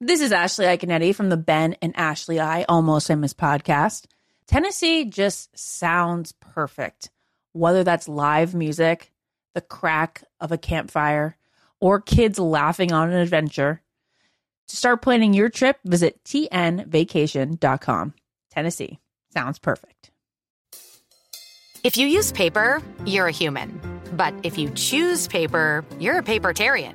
This is Ashley Iconetti from the Ben and Ashley I Almost Famous podcast. Tennessee just sounds perfect, whether that's live music, the crack of a campfire, or kids laughing on an adventure. To start planning your trip, visit tnvacation.com. Tennessee sounds perfect.
If you use paper, you're a human. But if you choose paper, you're a papertarian.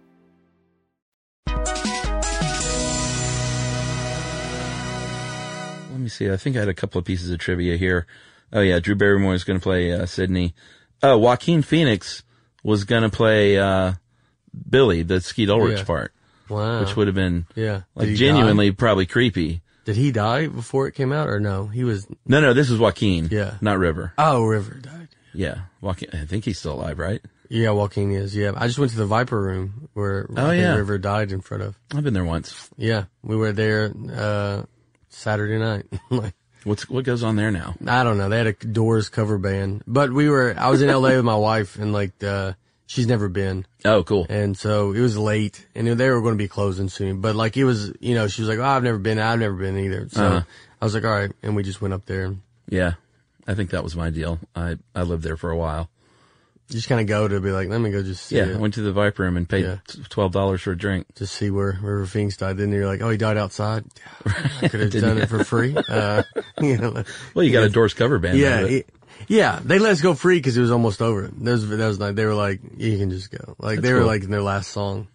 Let me see. I think I had a couple of pieces of trivia here. Oh yeah, Drew Barrymore is going to play uh, Sydney. Oh, Joaquin Phoenix was going to play uh, Billy, the Skeet Ulrich
Yeah.
part.
Wow.
which would have been
yeah.
like
Did he
genuinely probably creepy.
die? Did he die before it came out or no? He was.
No, no, this is Joaquin.
Yeah.
Not River.
Oh, River died.
Yeah. Joaquin, I think he's still alive, right?
Yeah, Joaquin is. Yeah, I just went to the Viper Room where
Oh,
I think
yeah.
River died in front of.
I've been there once.
Yeah, we were there uh, Saturday night. like,
What's, what goes on there now?
I don't know. They had a Doors cover band, but we were. I was in LA with my wife, and like uh, she's never been,
Oh, cool.
and so it was late, and they were going to be closing soon. But like it was, you know, she was like, "Oh, I've never been. I've never been either." So
Uh-huh.
I was like, "All right," and we just went up there. You
Yeah. I think that was my deal. I, I lived there for a while.
just kind of go to be like, "Let me go just see
Yeah.
it.
I went to the Viper Room and paid
Yeah.
t- $12 for a drink.
just see where River Phoenix died." Then you're like, "Oh, he died outside. I could have done it for free." Uh, you know, like-
Well, you got a Doors cover band. out
Yeah,
of it.
it- yeah. They let us go free because it was almost over. That was, that was like they were like, you can just go. Like they were
cool.
like in their last song.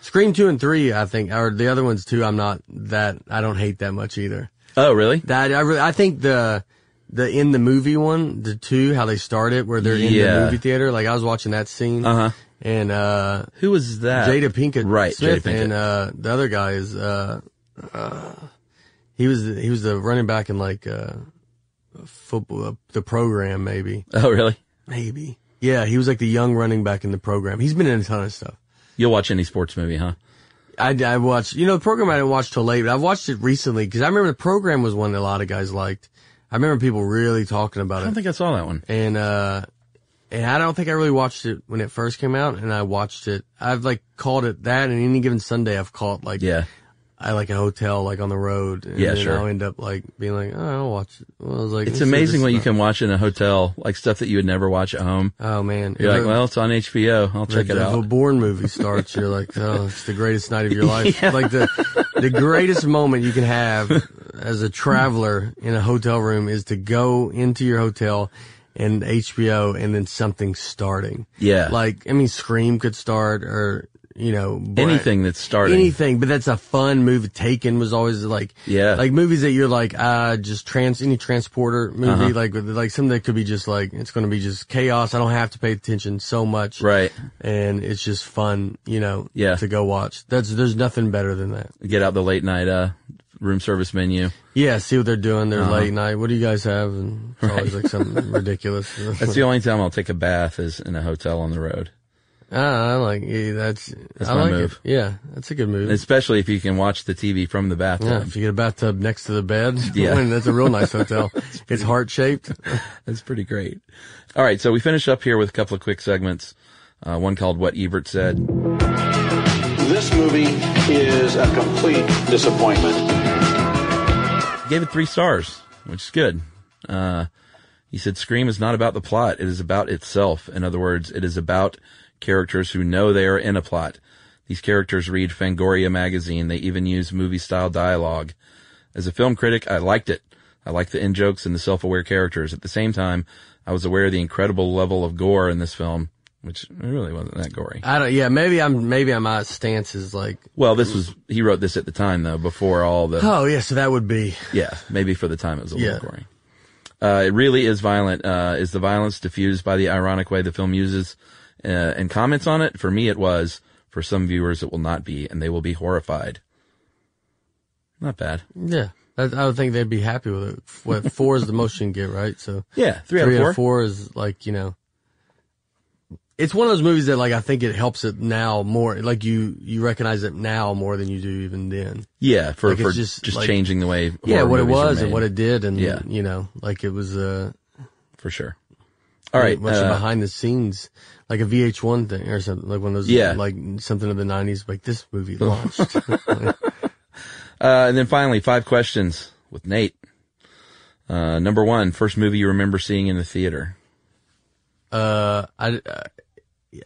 Scream two and three, I think, or the other ones too. I'm not that. I don't hate that much either.
Oh, really?
That I really, I think the the in the movie one, the two, how they start it, where they're in
Yeah.
the movie theater. Like I was watching that scene,
Uh huh.
and uh,
Who was that?
Jada Pinkett
Right.
Smith,
Jada Pinkett.
and uh, the other guy is uh, uh, he was he was the running back in like uh, football uh, the program maybe
oh, really?
maybe yeah he was like the young running back in the program. He's been in a ton of stuff.
You'll watch any sports movie, huh?
I, I watched you know the program I didn't watch till late, but I watched it recently because I remember the program was one that a lot of guys liked. I remember people really talking
I
about
don't
it,
think I saw that one.
and uh, and I don't think I really watched it when it first came out. And I watched it. I've like called it that, and any given Sunday I've caught like
Yeah.
I like a hotel like on the road. And
Yeah,
then
sure.
I'll end up like being like, oh, I'll watch it. Well, I was like,
It's
this is-
amazing
this
what
is
you
not-
can watch in a hotel, like stuff that you would never watch at home.
Oh man,
You're
If
like,
a-
well, it's on HBO. I'll check
if
it
a
out.
Bourne movie starts. You're like, oh, it's the greatest night of your life. Like the the greatest moment you can have as a traveler in a hotel room is to go into your hotel and HBO, and then something starting.
Yeah.
like I mean, Scream could start, or you know, Bra-
Anything that's starting.
anything, but that's a fun movie. Taken was always like,
Yeah.
like movies that you're like, uh, just trans, any transporter movie,
Uh-huh.
like, with- like something that could be just like, it's going to be just chaos. I don't have to pay attention so much.
Right.
And it's just fun, you know,
Yeah.
to go watch. That's, there's nothing better than that.
Get out the late night, uh, room service menu.
Yeah. See what they're doing. They're
Uh-huh.
late night. What do you guys have? And it's always like something ridiculous.
That's the only time I'll take a bath is in a hotel on the road,
Ah, I like, yeah, that's,
That's
I
my
like
move.
it. Yeah. That's a good move.
especially if you can watch the TV from the
Yeah,
bathtub.
if you get a bathtub next to the bed,
Yeah.
when- that's a real nice hotel. it's heart shaped.
That's pretty great. All right. So we finish up here with a couple of quick segments. Uh, one called What Ebert Said.
This movie is a complete disappointment.
gave it three stars, which is good. Uh, he said, Scream is not about the plot. It is about itself. In other words, it is about characters who know they are in a plot. These characters read Fangoria magazine. They even use movie style dialogue. As a film critic, I liked it. I liked the in jokes and the self aware characters. At the same time, I was aware of the incredible level of gore in this film, which really wasn't that gory.
I don't. Yeah, maybe I'm. Maybe I'm out stance is like.
Well, this was, he wrote this at the time though, before all the.
Oh yeah, so that would be.
Yeah, maybe for the time it was a
Yeah.
little gory. Uh, it really is violent. Uh, is the violence diffused by the ironic way the film uses uh, and comments on it? For me, it was. For some viewers, it will not be, and they will be horrified. Not bad.
Yeah, I, I would think they'd be happy with it. What four is the most you can get, right? So
Yeah, three, out of four.
is like you know. It's one of those movies that like I think it helps it now more. Like you you recognize it now more than you do even then.
Yeah, for,
Like, it's
for just,
just, like-
changing the way.
Yeah,
horror
what it
movies are
was and
made,
what it did, and
Yeah.
you know, like it was uh
for sure. All right,
what's
uh,
behind the scenes, like a VH1 thing or something, like one of those,
Yeah.
like something of the '90s, like this movie launched.
Uh, and then finally, five questions with Nate. Uh, number one, first movie you remember seeing in the theater.
uh, I, I,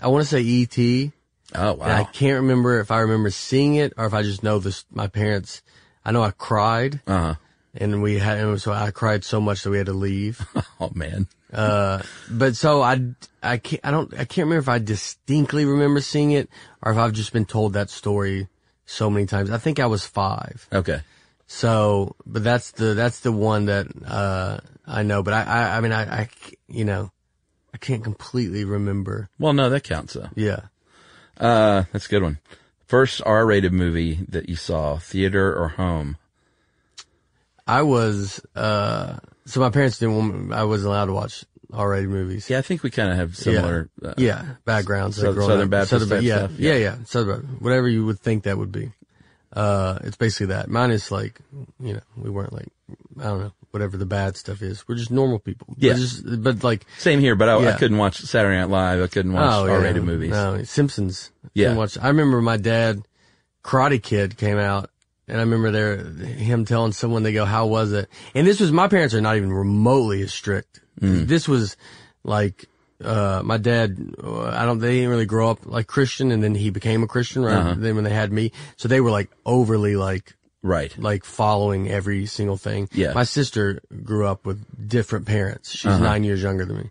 I want to say E E.T.
Oh
and I
wow.
can't remember if I remember seeing it or if I just know this. My parents, I know I cried,
Uh
and we had, and so I cried so much that we had to leave.
huh. Oh man.
Uh, but so I, I can't, I don't, I can't remember if I distinctly remember seeing it or if I've just been told that story so many times. I think I was five.
Okay.
So, but that's the that's the one that uh I know. But I I, I mean I, I c- you know I can't completely remember.
Well, no, that counts though.
Yeah,
Uh, that's a good one. First R-rated movie that you saw, theater or home?
I was, uh, so my parents didn't want me, I wasn't allowed to watch R-rated movies.
Yeah, I think we kind of have similar.
Yeah,
uh,
yeah. backgrounds.
Southern-
growing
Southern
up.
Baptist
Southern, Ba-
type
yeah,
stuff,
Yeah,
yeah.
yeah, Southern Baptist. Whatever you would think that would be. Uh, it's basically that. Mine is like, you know, we weren't like, I don't know, whatever the bad stuff is. We're just normal people. We're
Yeah.
just- but like,
Same here, but I, I
Yeah.
couldn't watch Saturday Night Live. I couldn't watch
Oh, yeah.
R-rated movies.
No, Simpsons.
Yeah.
Couldn't Watch, I remember my dad, Karate Kid came out, and I remember there him telling someone they go, "How was it?" And this was my parents are not even remotely as strict.
Hmm.
This was like. Uh, my dad, uh, I don't, they didn't really grow up like Christian and then he became a Christian, right?
Uh-huh.
Then when they had me. So they were like overly like
Right.
like following every single thing.
Yeah. Uh-huh.
My sister grew up with different parents. She's nine years younger than me.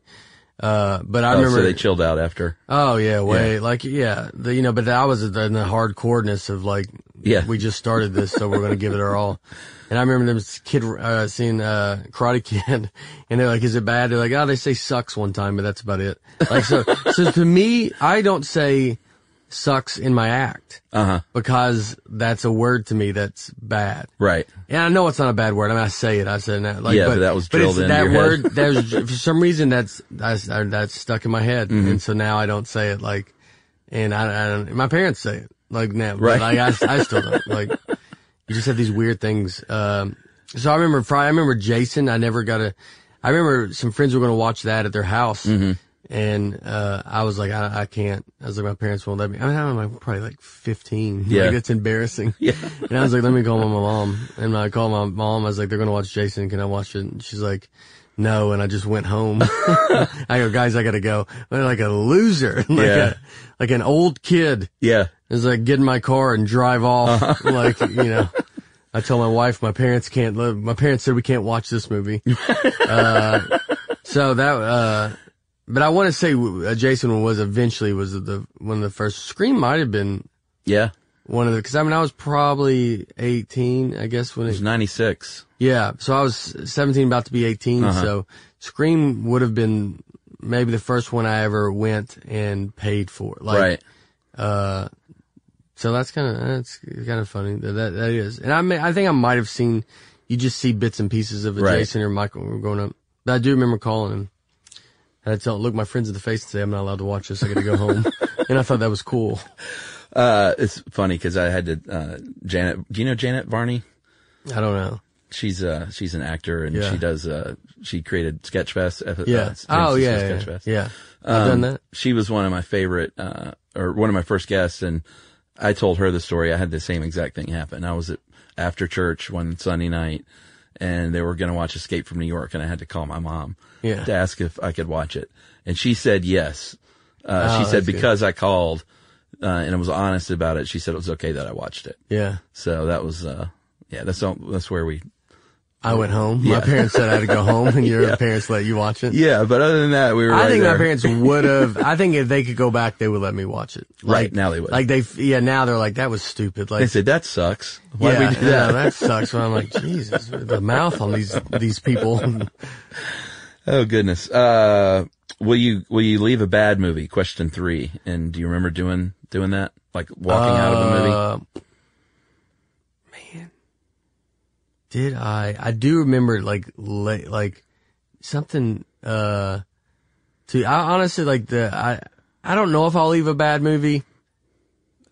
Uh, but I
Oh,
remember
so they chilled out after.
Oh yeah, way like yeah, the, you know. But I was in the hardcoreness of like,
Yeah.
we just started this, so we're gonna give it our all. And I remember them s- kid uh, seeing uh, Karate Kid, and they're like, "Is it bad?" They're like, "Oh, they say sucks one time, but that's about it." Like so, so to me, I don't say sucks in my act
Uh-huh.
because that's a word to me that's bad.
Right.
And I know it's not a bad word. I mean, I say it. I said that. Like,
Yeah,
but,
but that was
it's-
drilled into
that
your
word.
head.
There's for some reason that's that's uh, that's stuck in my head,
Mm-hmm.
and so now I don't say it. Like, and I, I don't. My parents say it. Like now,
Right.
But like, I, I still don't. Like, you just have these weird things. Um, so I remember Friday. I remember Jason. I never got a. I remember some friends were going to watch that at their house,
Mm-hmm.
and uh, I was like, I, I can't. I was like, my parents won't let me. I mean, I'm like, probably like 15.
Yeah.
like, that's embarrassing. Yeah, and I was like, let me call my mom. And I called my mom. I was like, they're going to watch Jason. Can I watch it? And she's like. No, and I just went home. I go, guys, I gotta go. I'm like a loser, like
Yeah.
a, like an old kid.
Yeah.
It's like get in my car and drive off. Like you know, I tell my wife my parents can't. Live, my parents said we can't watch this movie. uh, so that, uh, but I want to say uh, Jason was eventually was the one of the first. Scream might have been
Yeah.
one of the because I mean I was probably eighteen, I guess when
It was
it,
96.
yeah. So I was seventeen, about to be 18
Uh-huh.
So Scream would have been maybe the first one I ever went and paid for. Like,
right.
uh, so that's kind of that's kind of funny that, that that is, and I may, I think I might have seen you just see bits and pieces of it,
Right.
Jason or Michael when we were growing up. But I do remember calling him. And I tell look my friends in the face and say I'm not allowed to watch this. I got to go home, and I thought that was cool.
Uh, it's funny because I had to, uh, Janet, do you know Janet Varney?
I don't know.
She's, uh, she's an actor and
Yeah.
she does, uh, she created Sketchfest. Uh,
Yeah.
uh,
oh yeah, yeah,
Sketchfest.
yeah. I've
Um,
done that.
She was one of my favorite, uh, or one of my first guests, and I told her the story. I had the same exact thing happen. I was at after church one Sunday night, and they were going to watch Escape from New York, and I had to call my mom
Yeah.
to ask if I could watch it, and she said yes. Uh, she
Oh,
said
that's good.
because I called uh, and I was honest about it, she said it was okay that I watched it.
Yeah.
So that was, uh, yeah, that's all, that's where we.
I went home.
Yeah.
My parents said I had to go home, and your parents let you watch it.
Yeah, but other than that, we were.
I
right
think
there.
my parents would have. I think if they could go back, they would let me watch it.
Right,
Like-
now they would.
Like they, yeah, now they're like that was stupid. Like
They said that sucks. Why
yeah,
would we do that?
yeah, that sucks. Well, I'm like Jesus, the mouth on these these people.
Oh goodness. Uh, will you will you leave a bad movie? Question three. And do you remember doing doing that? Like walking out of a movie?
Uh, man, did I? I do remember like la- like something. uh To I honestly like the I I don't know if I'll leave a bad movie.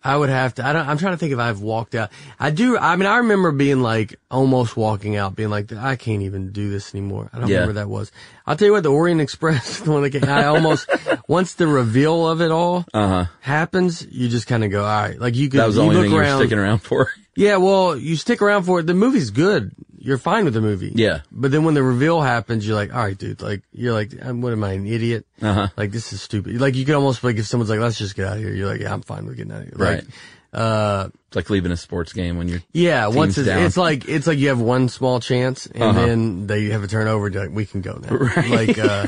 I would have to. I don't, I'm trying to think if I've walked out. I do. I mean, I remember being like almost walking out, being like, I can't even do this anymore. I don't
Yeah.
remember that was. I'll tell you what, the Orient Express, the one that came, I almost once the reveal of it all happens, you just kind of go, all right. Like you could
Uh-huh. That was the
you
only
look
thing you
around.
were sticking around for.
Yeah, well, you stick around for it. The movie's good. You're fine with the movie.
Yeah.
But then when the reveal happens, you're like, all right, dude. Like, you're like, I'm, what am I, an idiot?
Uh-huh.
Like, this is stupid. Like, you can almost, like, if someone's like, let's just get out of here, you're like, yeah, I'm fine with getting out of here.
Right.
Like, uh,
It's like leaving a sports game when you're.
yeah,
Team's
once it's,
down.
it's like, it's like you have one small chance and
Uh-huh.
then they have a turnover. You're like, we can go now.
Right.
Like, uh,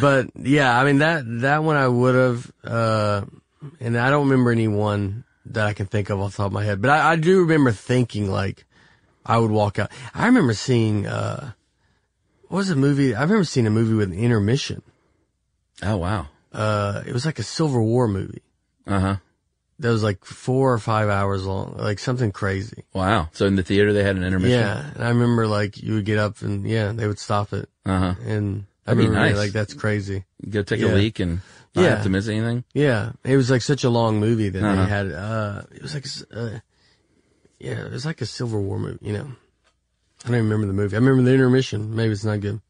but yeah, I mean, that, that one I would have, uh, and I don't remember any one that I can think of off the top of my head, but I, I do remember thinking like I would walk out. I remember seeing, uh, what was a movie? I remember seeing a movie with an intermission.
Oh wow.
Uh, it was like a Civil War movie
Uh huh.
that was like four or five hours long, like something crazy.
Wow. So in the theater they had an intermission.
Yeah, and I remember like you would get up and yeah, they would stop it,
Uh huh.
and I
That'd be
remember being
nice.
like that's crazy.
Go take
Yeah.
a leak and not
Yeah.
have to miss anything.
Yeah, it was like such a long movie that
Uh-huh.
they had. Uh, it was like, s- uh, yeah, it was like a Civil War movie. You know, I don't remember the movie. I remember the intermission. Maybe it's not good.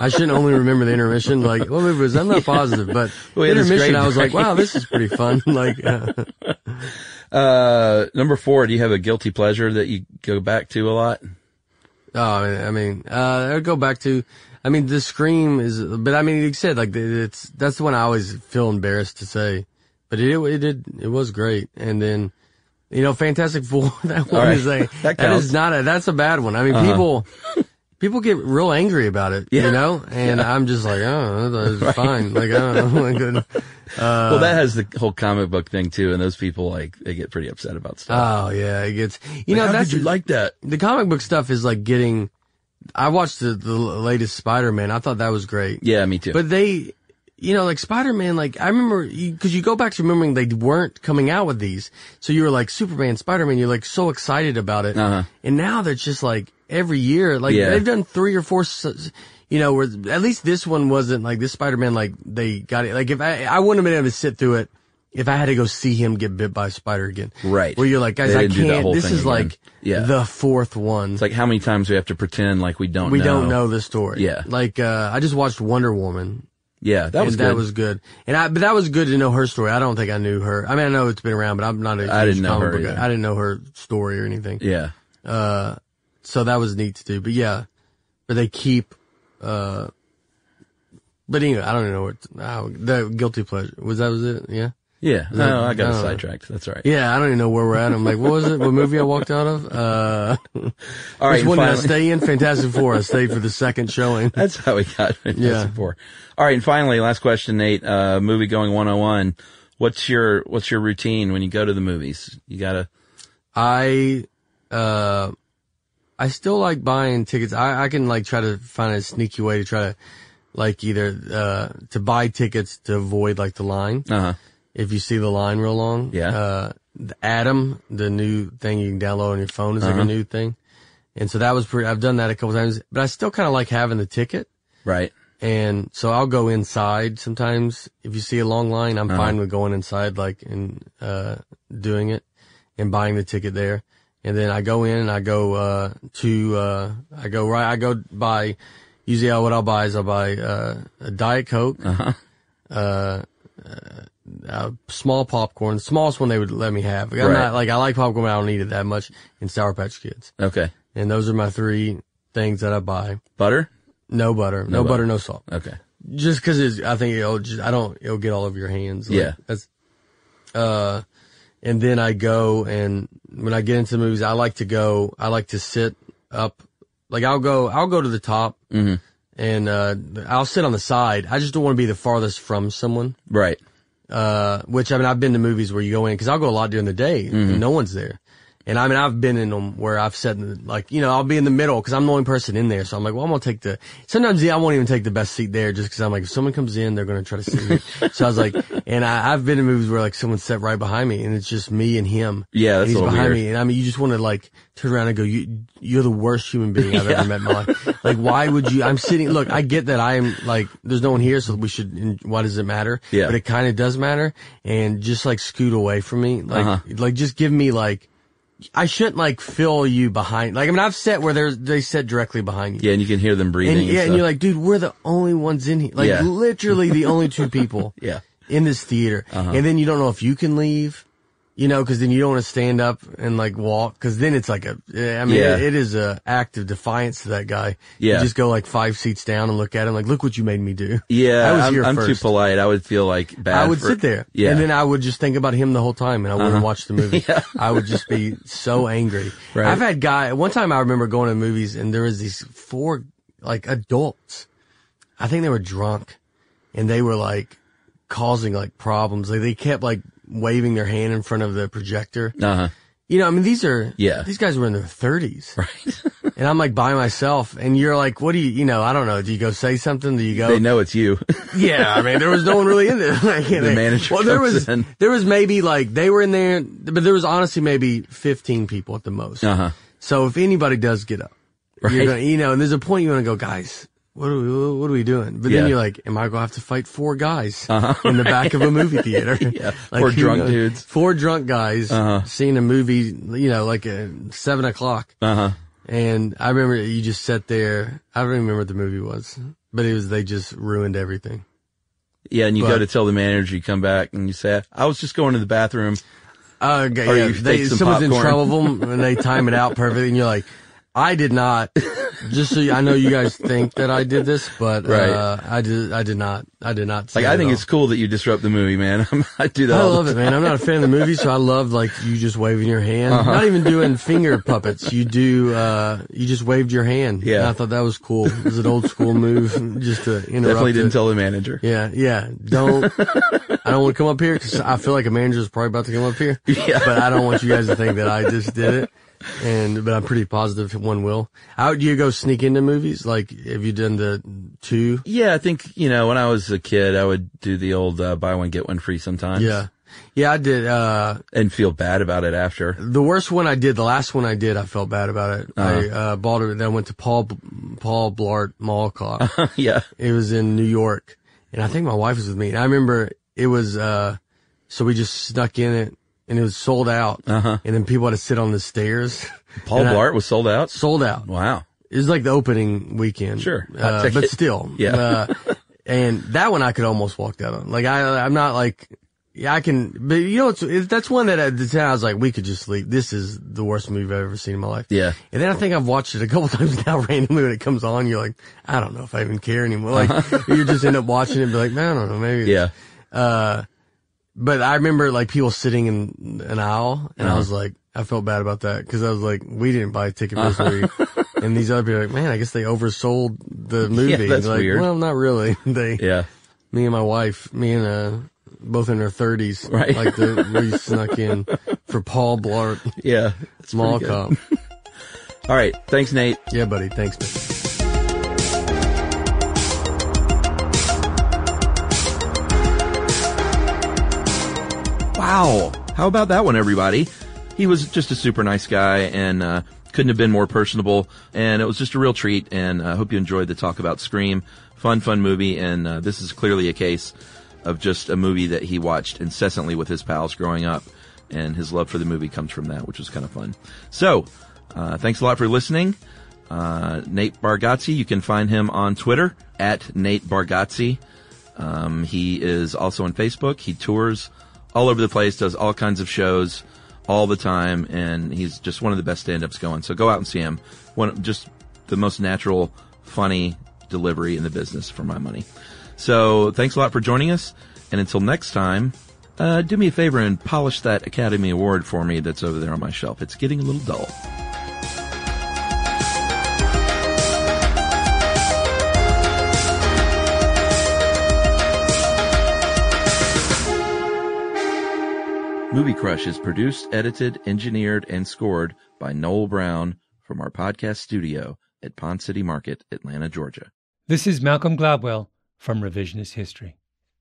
I shouldn't only remember the intermission. Like what movie was? I'm not positive, but
We had this
intermission.
great
I was like,
brain.
wow, this is pretty fun. like, uh,
Uh, number four. Do you have a guilty pleasure that you go back to a lot?
oh, I mean, uh, I'd go back to. I mean, the scream is, but I mean, you said like it's that's the one I always feel embarrassed to say, but it it did it was great, and then. You know, Fantastic Four. That one
right.
is a
That
that
counts. Uh-huh.
is not a that's a bad one. I mean, people people get real angry about it.
Yeah.
You know, and I'm just like, oh, that's fine. Like, oh, my goodness.
well,
Uh,
that has the whole comic book thing too, and those people like they get pretty upset about stuff.
Oh yeah, it gets. You
Like,
know,
how
that's
could you like that?
the comic book stuff is like getting. I watched the, the latest Spider Man. I thought that was great.
Yeah, me too.
But they, you know, like Spider Man, like I remember, because you, go back to remembering they weren't coming out with these. So you were like Superman, Spider Man, you're like so excited about it.
Uh-huh.
And now they're just like every year, like
Yeah.
they've done three or four, s- s- you know, where at least this one wasn't like this Spider Man, like they got it. Like if I, I wouldn't have been able to sit through it. If I had to go see him get bit by a spider again,
Right.
Where you're like, guys,
They
I
didn't do that
can't.
whole
This
thing
is
again.
like
Yeah.
the fourth one.
it's like how many times we have to pretend like we don't.
we
know.
don't know the story.
Yeah.
like uh, I just watched Wonder Woman,
Yeah, that was
and that
good.
was good. And I, but that was good to know her story. I don't think I knew her. I mean, I know it's been around, but I'm not a
I
huge
didn't know
comic
her
book guy.
either.
I didn't know her story or anything.
yeah.
Uh, so that was neat to do. But yeah, but they keep, uh, but anyway, I don't know what oh, the guilty pleasure was. That was it. Yeah.
Yeah. No, I got
no.
sidetracked. That's all right.
Yeah. I don't even know where we're at. I'm like, what was it? What movie I walked out of? Uh,
All right.
which
and
one did I
finally-
stay in? Fantastic Four. I stayed for the second showing.
That's how we got Fantastic
Yeah.
Four. All right, and finally, last question, Nate. Uh, movie going 101. What's your What's your routine when you go to the movies? You gotta.
I uh I still like buying tickets. I, I can like try to find a sneaky way to try to like either uh to buy tickets to avoid like the line
Uh huh.
if you see the line real long.
Yeah.
Uh the Atom, the new thing you can download on your phone is like
Uh-huh.
a new thing. And so that was pretty I've done that a couple times, but I still kind of like having the ticket.
Right.
And so I'll go inside sometimes. If you see a long line,
Uh-huh.
I'm fine with going inside, like, and, uh, doing it and buying the ticket there. And then I go in and I go, uh, to, uh, I go right, I go buy, usually I, what I'll buy is I'll buy, uh, a Diet Coke,
Uh-huh.
uh, uh, small popcorn, the smallest one they would let me have. Like, I'm
Right.
not, like, I like popcorn, but I don't eat it that much, and Sour Patch Kids.
Okay.
And those are my three things that I buy.
Butter.
No butter, no,
butter.
butter, no salt
Okay.
just because it's I think it'll just, I don't it'll get all over your hands. Like,
Yeah.
That's uh and then I go and when I get into the movies I like to go I like to sit up like I'll go I'll go to the top and uh I'll sit on the side. I just don't want to be the farthest from someone.
Right.
Uh which I mean I've been to movies where you go in because I'll go a lot during the day
Mm-hmm.
and no one's there. And I mean, I've been in them where I've sat in, the- like, you know, I'll be in the middle because I'm the only person in there. So I'm like, well, I'm going to take the, sometimes yeah, I won't even take the best seat there just because I'm like, if someone comes in, they're going to try to see me. so I was like, and I, I've been in movies where like someone sat right behind me and it's just me and him.
Yeah, that's
and he's
a little
behind
weird.
me. And I mean, you just want to like turn around and go, you, you're the worst human being I've ever met in my life. Like, why would you, I'm sitting, look, I get that I'm like, there's no one here. So we should, why does it matter?
Yeah.
But it kind of does matter. And just like scoot away from me. Like, like just give me like, I shouldn't like fill you behind. Like I mean, I've sat where there's they sit directly behind you.
Yeah, and you can hear them breathing.
and,
and
yeah, and
stuff.
you're like, dude, we're the only ones in here. Like
Yeah.
literally the only two people.
Yeah. Uh-huh.
In this theater, and then you don't know if you can leave. You know, because then you don't want to stand up and like walk, because then it's like a. eh, I mean,
Yeah.
it, it is a act of defiance to that guy.
Yeah.
You just go like five seats down and look at him, like, look what you made me do.
yeah,
I was
I'm,
here
I'm
first.
too polite. I would feel like bad.
I would
for-
sit there,
Yeah. Uh-huh.
and then I would just think about him the whole time, and I wouldn't watch the movie.
Yeah.
I would just be so angry.
Right.
I've had guy one time. I remember going to movies, and there was these four like adults. I think they were drunk, and they were like causing like problems. Like they kept like waving their hand in front of the projector,
uh huh.
You know, I mean, these are,
Yeah.
these guys were in their thirties
Right.
and I'm like by myself and you're like, what do you, you know, I don't know. Do you go say something? Do you go?
They know it's you.
Yeah, I mean, there was no one really in there. Like, the
manager
Well, there
comes
was
in.
there was maybe like they were in there, but there was honestly maybe fifteen people at the most.
Uh-huh.
So if anybody does get up,
Right.
you're gonna, you know, and there's a point you want to go, guys. What are, we, what are we doing? But
Yeah. Uh.
then you're like, am I going to have to fight four guys
Uh-huh.
in the back of a movie theater?
Yeah. Four
who
drunk dudes. Uh-huh.
Four drunk guys seeing a movie, you know, like at seven o'clock.
Uh huh.
And I remember you just sat there. I don't even remember what the movie was, but it was, they just ruined everything.
Yeah, and you go
But-
to tell the manager, you come back and you say, I was just going to the bathroom.
Uh, okay,
Or
yeah,
you
they,
take some
someone's in
popcorn.
trouble with them and they time it out perfectly, and you're like, I did not. Just so you, I know, you guys think that I did this, but
Right.
uh, I did. I did not. I did not. say
Like,
it
I
at
think
all.
it's cool that you disrupt the movie, man. I do that.
I
all the
love it, man. I'm not a fan of the movie, so I love like you just waving your hand.
Uh-huh.
Not even doing finger puppets. You do. Uh, you just waved your hand.
Yeah.
And I thought that was cool. It was an old school move, just to interrupt.
Definitely didn't
it.
tell the manager.
Yeah, yeah. Don't. I don't want to come up here because I feel like a manager is probably about to come up here.
Yeah.
But I don't want you guys to think that I just did it. And but I'm pretty positive one will. How do you go sneak into movies? Like, have you done the two?
Yeah, I think, you know, when I was a kid, I would do the old uh, buy one, get one free sometimes.
Yeah, yeah. I did. Uh,
And feel bad about it after.
the worst one I did, the last one I did, I felt bad about it. I uh, bought it. Then I went to Paul Paul Blart Mall Cop.
yeah.
It was in New York, and I think my wife was with me. And I remember it was uh, so we just snuck in it, and it was sold out. And then people had to sit on the stairs.
Uh-huh. Paul
And I-
Blart was sold out.
sold out.
Wow.
It was like the opening weekend.
Sure. Hot
uh, but
ticket.
still,
Yeah.
Uh, and that one I could almost walk out on. Like I, I'm not like. Yeah, I can, but you know, it's, it, that's one that at the time I was like, we could just leave. This is the worst movie I've ever seen in my life.
Yeah.
And then I think I've watched it a couple times now randomly when it comes on. You're like, I don't know if I even care anymore. Like, you just end up watching it and be like, man, I don't know, maybe. it's-
Uh-huh. Yeah.
Uh, But I remember like people sitting in an aisle and I
Uh-huh.
was like, I felt bad about that because I was like, we didn't buy a ticket for
Uh-huh.
this movie. and these other people are like, man, I guess they oversold the movie. And
that's
they're like,
weird.
Well, not really. they,
Yeah.
me and my wife, me and, uh, both in our thirties,
Right.
like the, we snuck in for Paul Blart,
Yeah. That's pretty
Mall
good.
Cop.
All right. Thanks, Nate.
Yeah, buddy. Thanks, man.
Wow. How about that one, everybody? He was just a super nice guy and uh, couldn't have been more personable. And it was just a real treat. And I hope you enjoyed the talk about Scream. Fun, fun movie. And uh, this is clearly a case of just a movie that he watched incessantly with his pals growing up. And his love for the movie comes from that, which was kind of fun. So, uh, thanks a lot for listening. Uh, Nate Bargatze, you can find him on Twitter at Nate Bargatze. Um, he is also on Facebook. He tours all over the place, does all kinds of shows all the time, and he's just one of the best stand-ups going. So go out and see him. One, just the most natural, funny delivery in the business for my money. So thanks a lot for joining us, and until next time, uh, do me a favor and polish that Academy Award for me that's over there on my shelf. It's getting a little dull. Movie Crush is produced, edited, engineered, and scored by Noel Brown from our podcast studio at Pond City Market, Atlanta, Georgia.
This is Malcolm Gladwell from Revisionist History.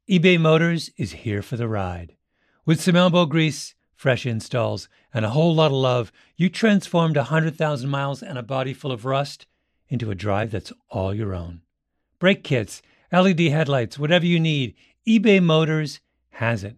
eBay Motors is here for the ride. With some elbow grease, fresh installs, and a whole lot of love, you transformed a 100,000 miles and a body full of rust into a drive that's all your own. Brake kits, LED headlights, whatever you need, eBay Motors has it.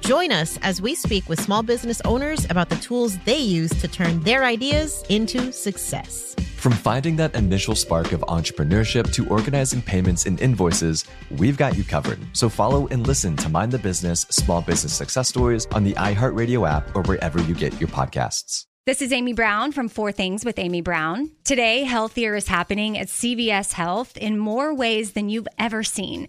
Join us as we speak with small business owners about the tools they use to turn their ideas into success.
From finding that initial spark of entrepreneurship to organizing payments and invoices, we've got you covered. So follow and listen to Mind the Business Small Business Success Stories on the iHeartRadio app or wherever you get your podcasts.
This is Amy Brown from Four Things with Amy Brown. Today, healthier is happening at CVS Health in more ways than you've ever seen.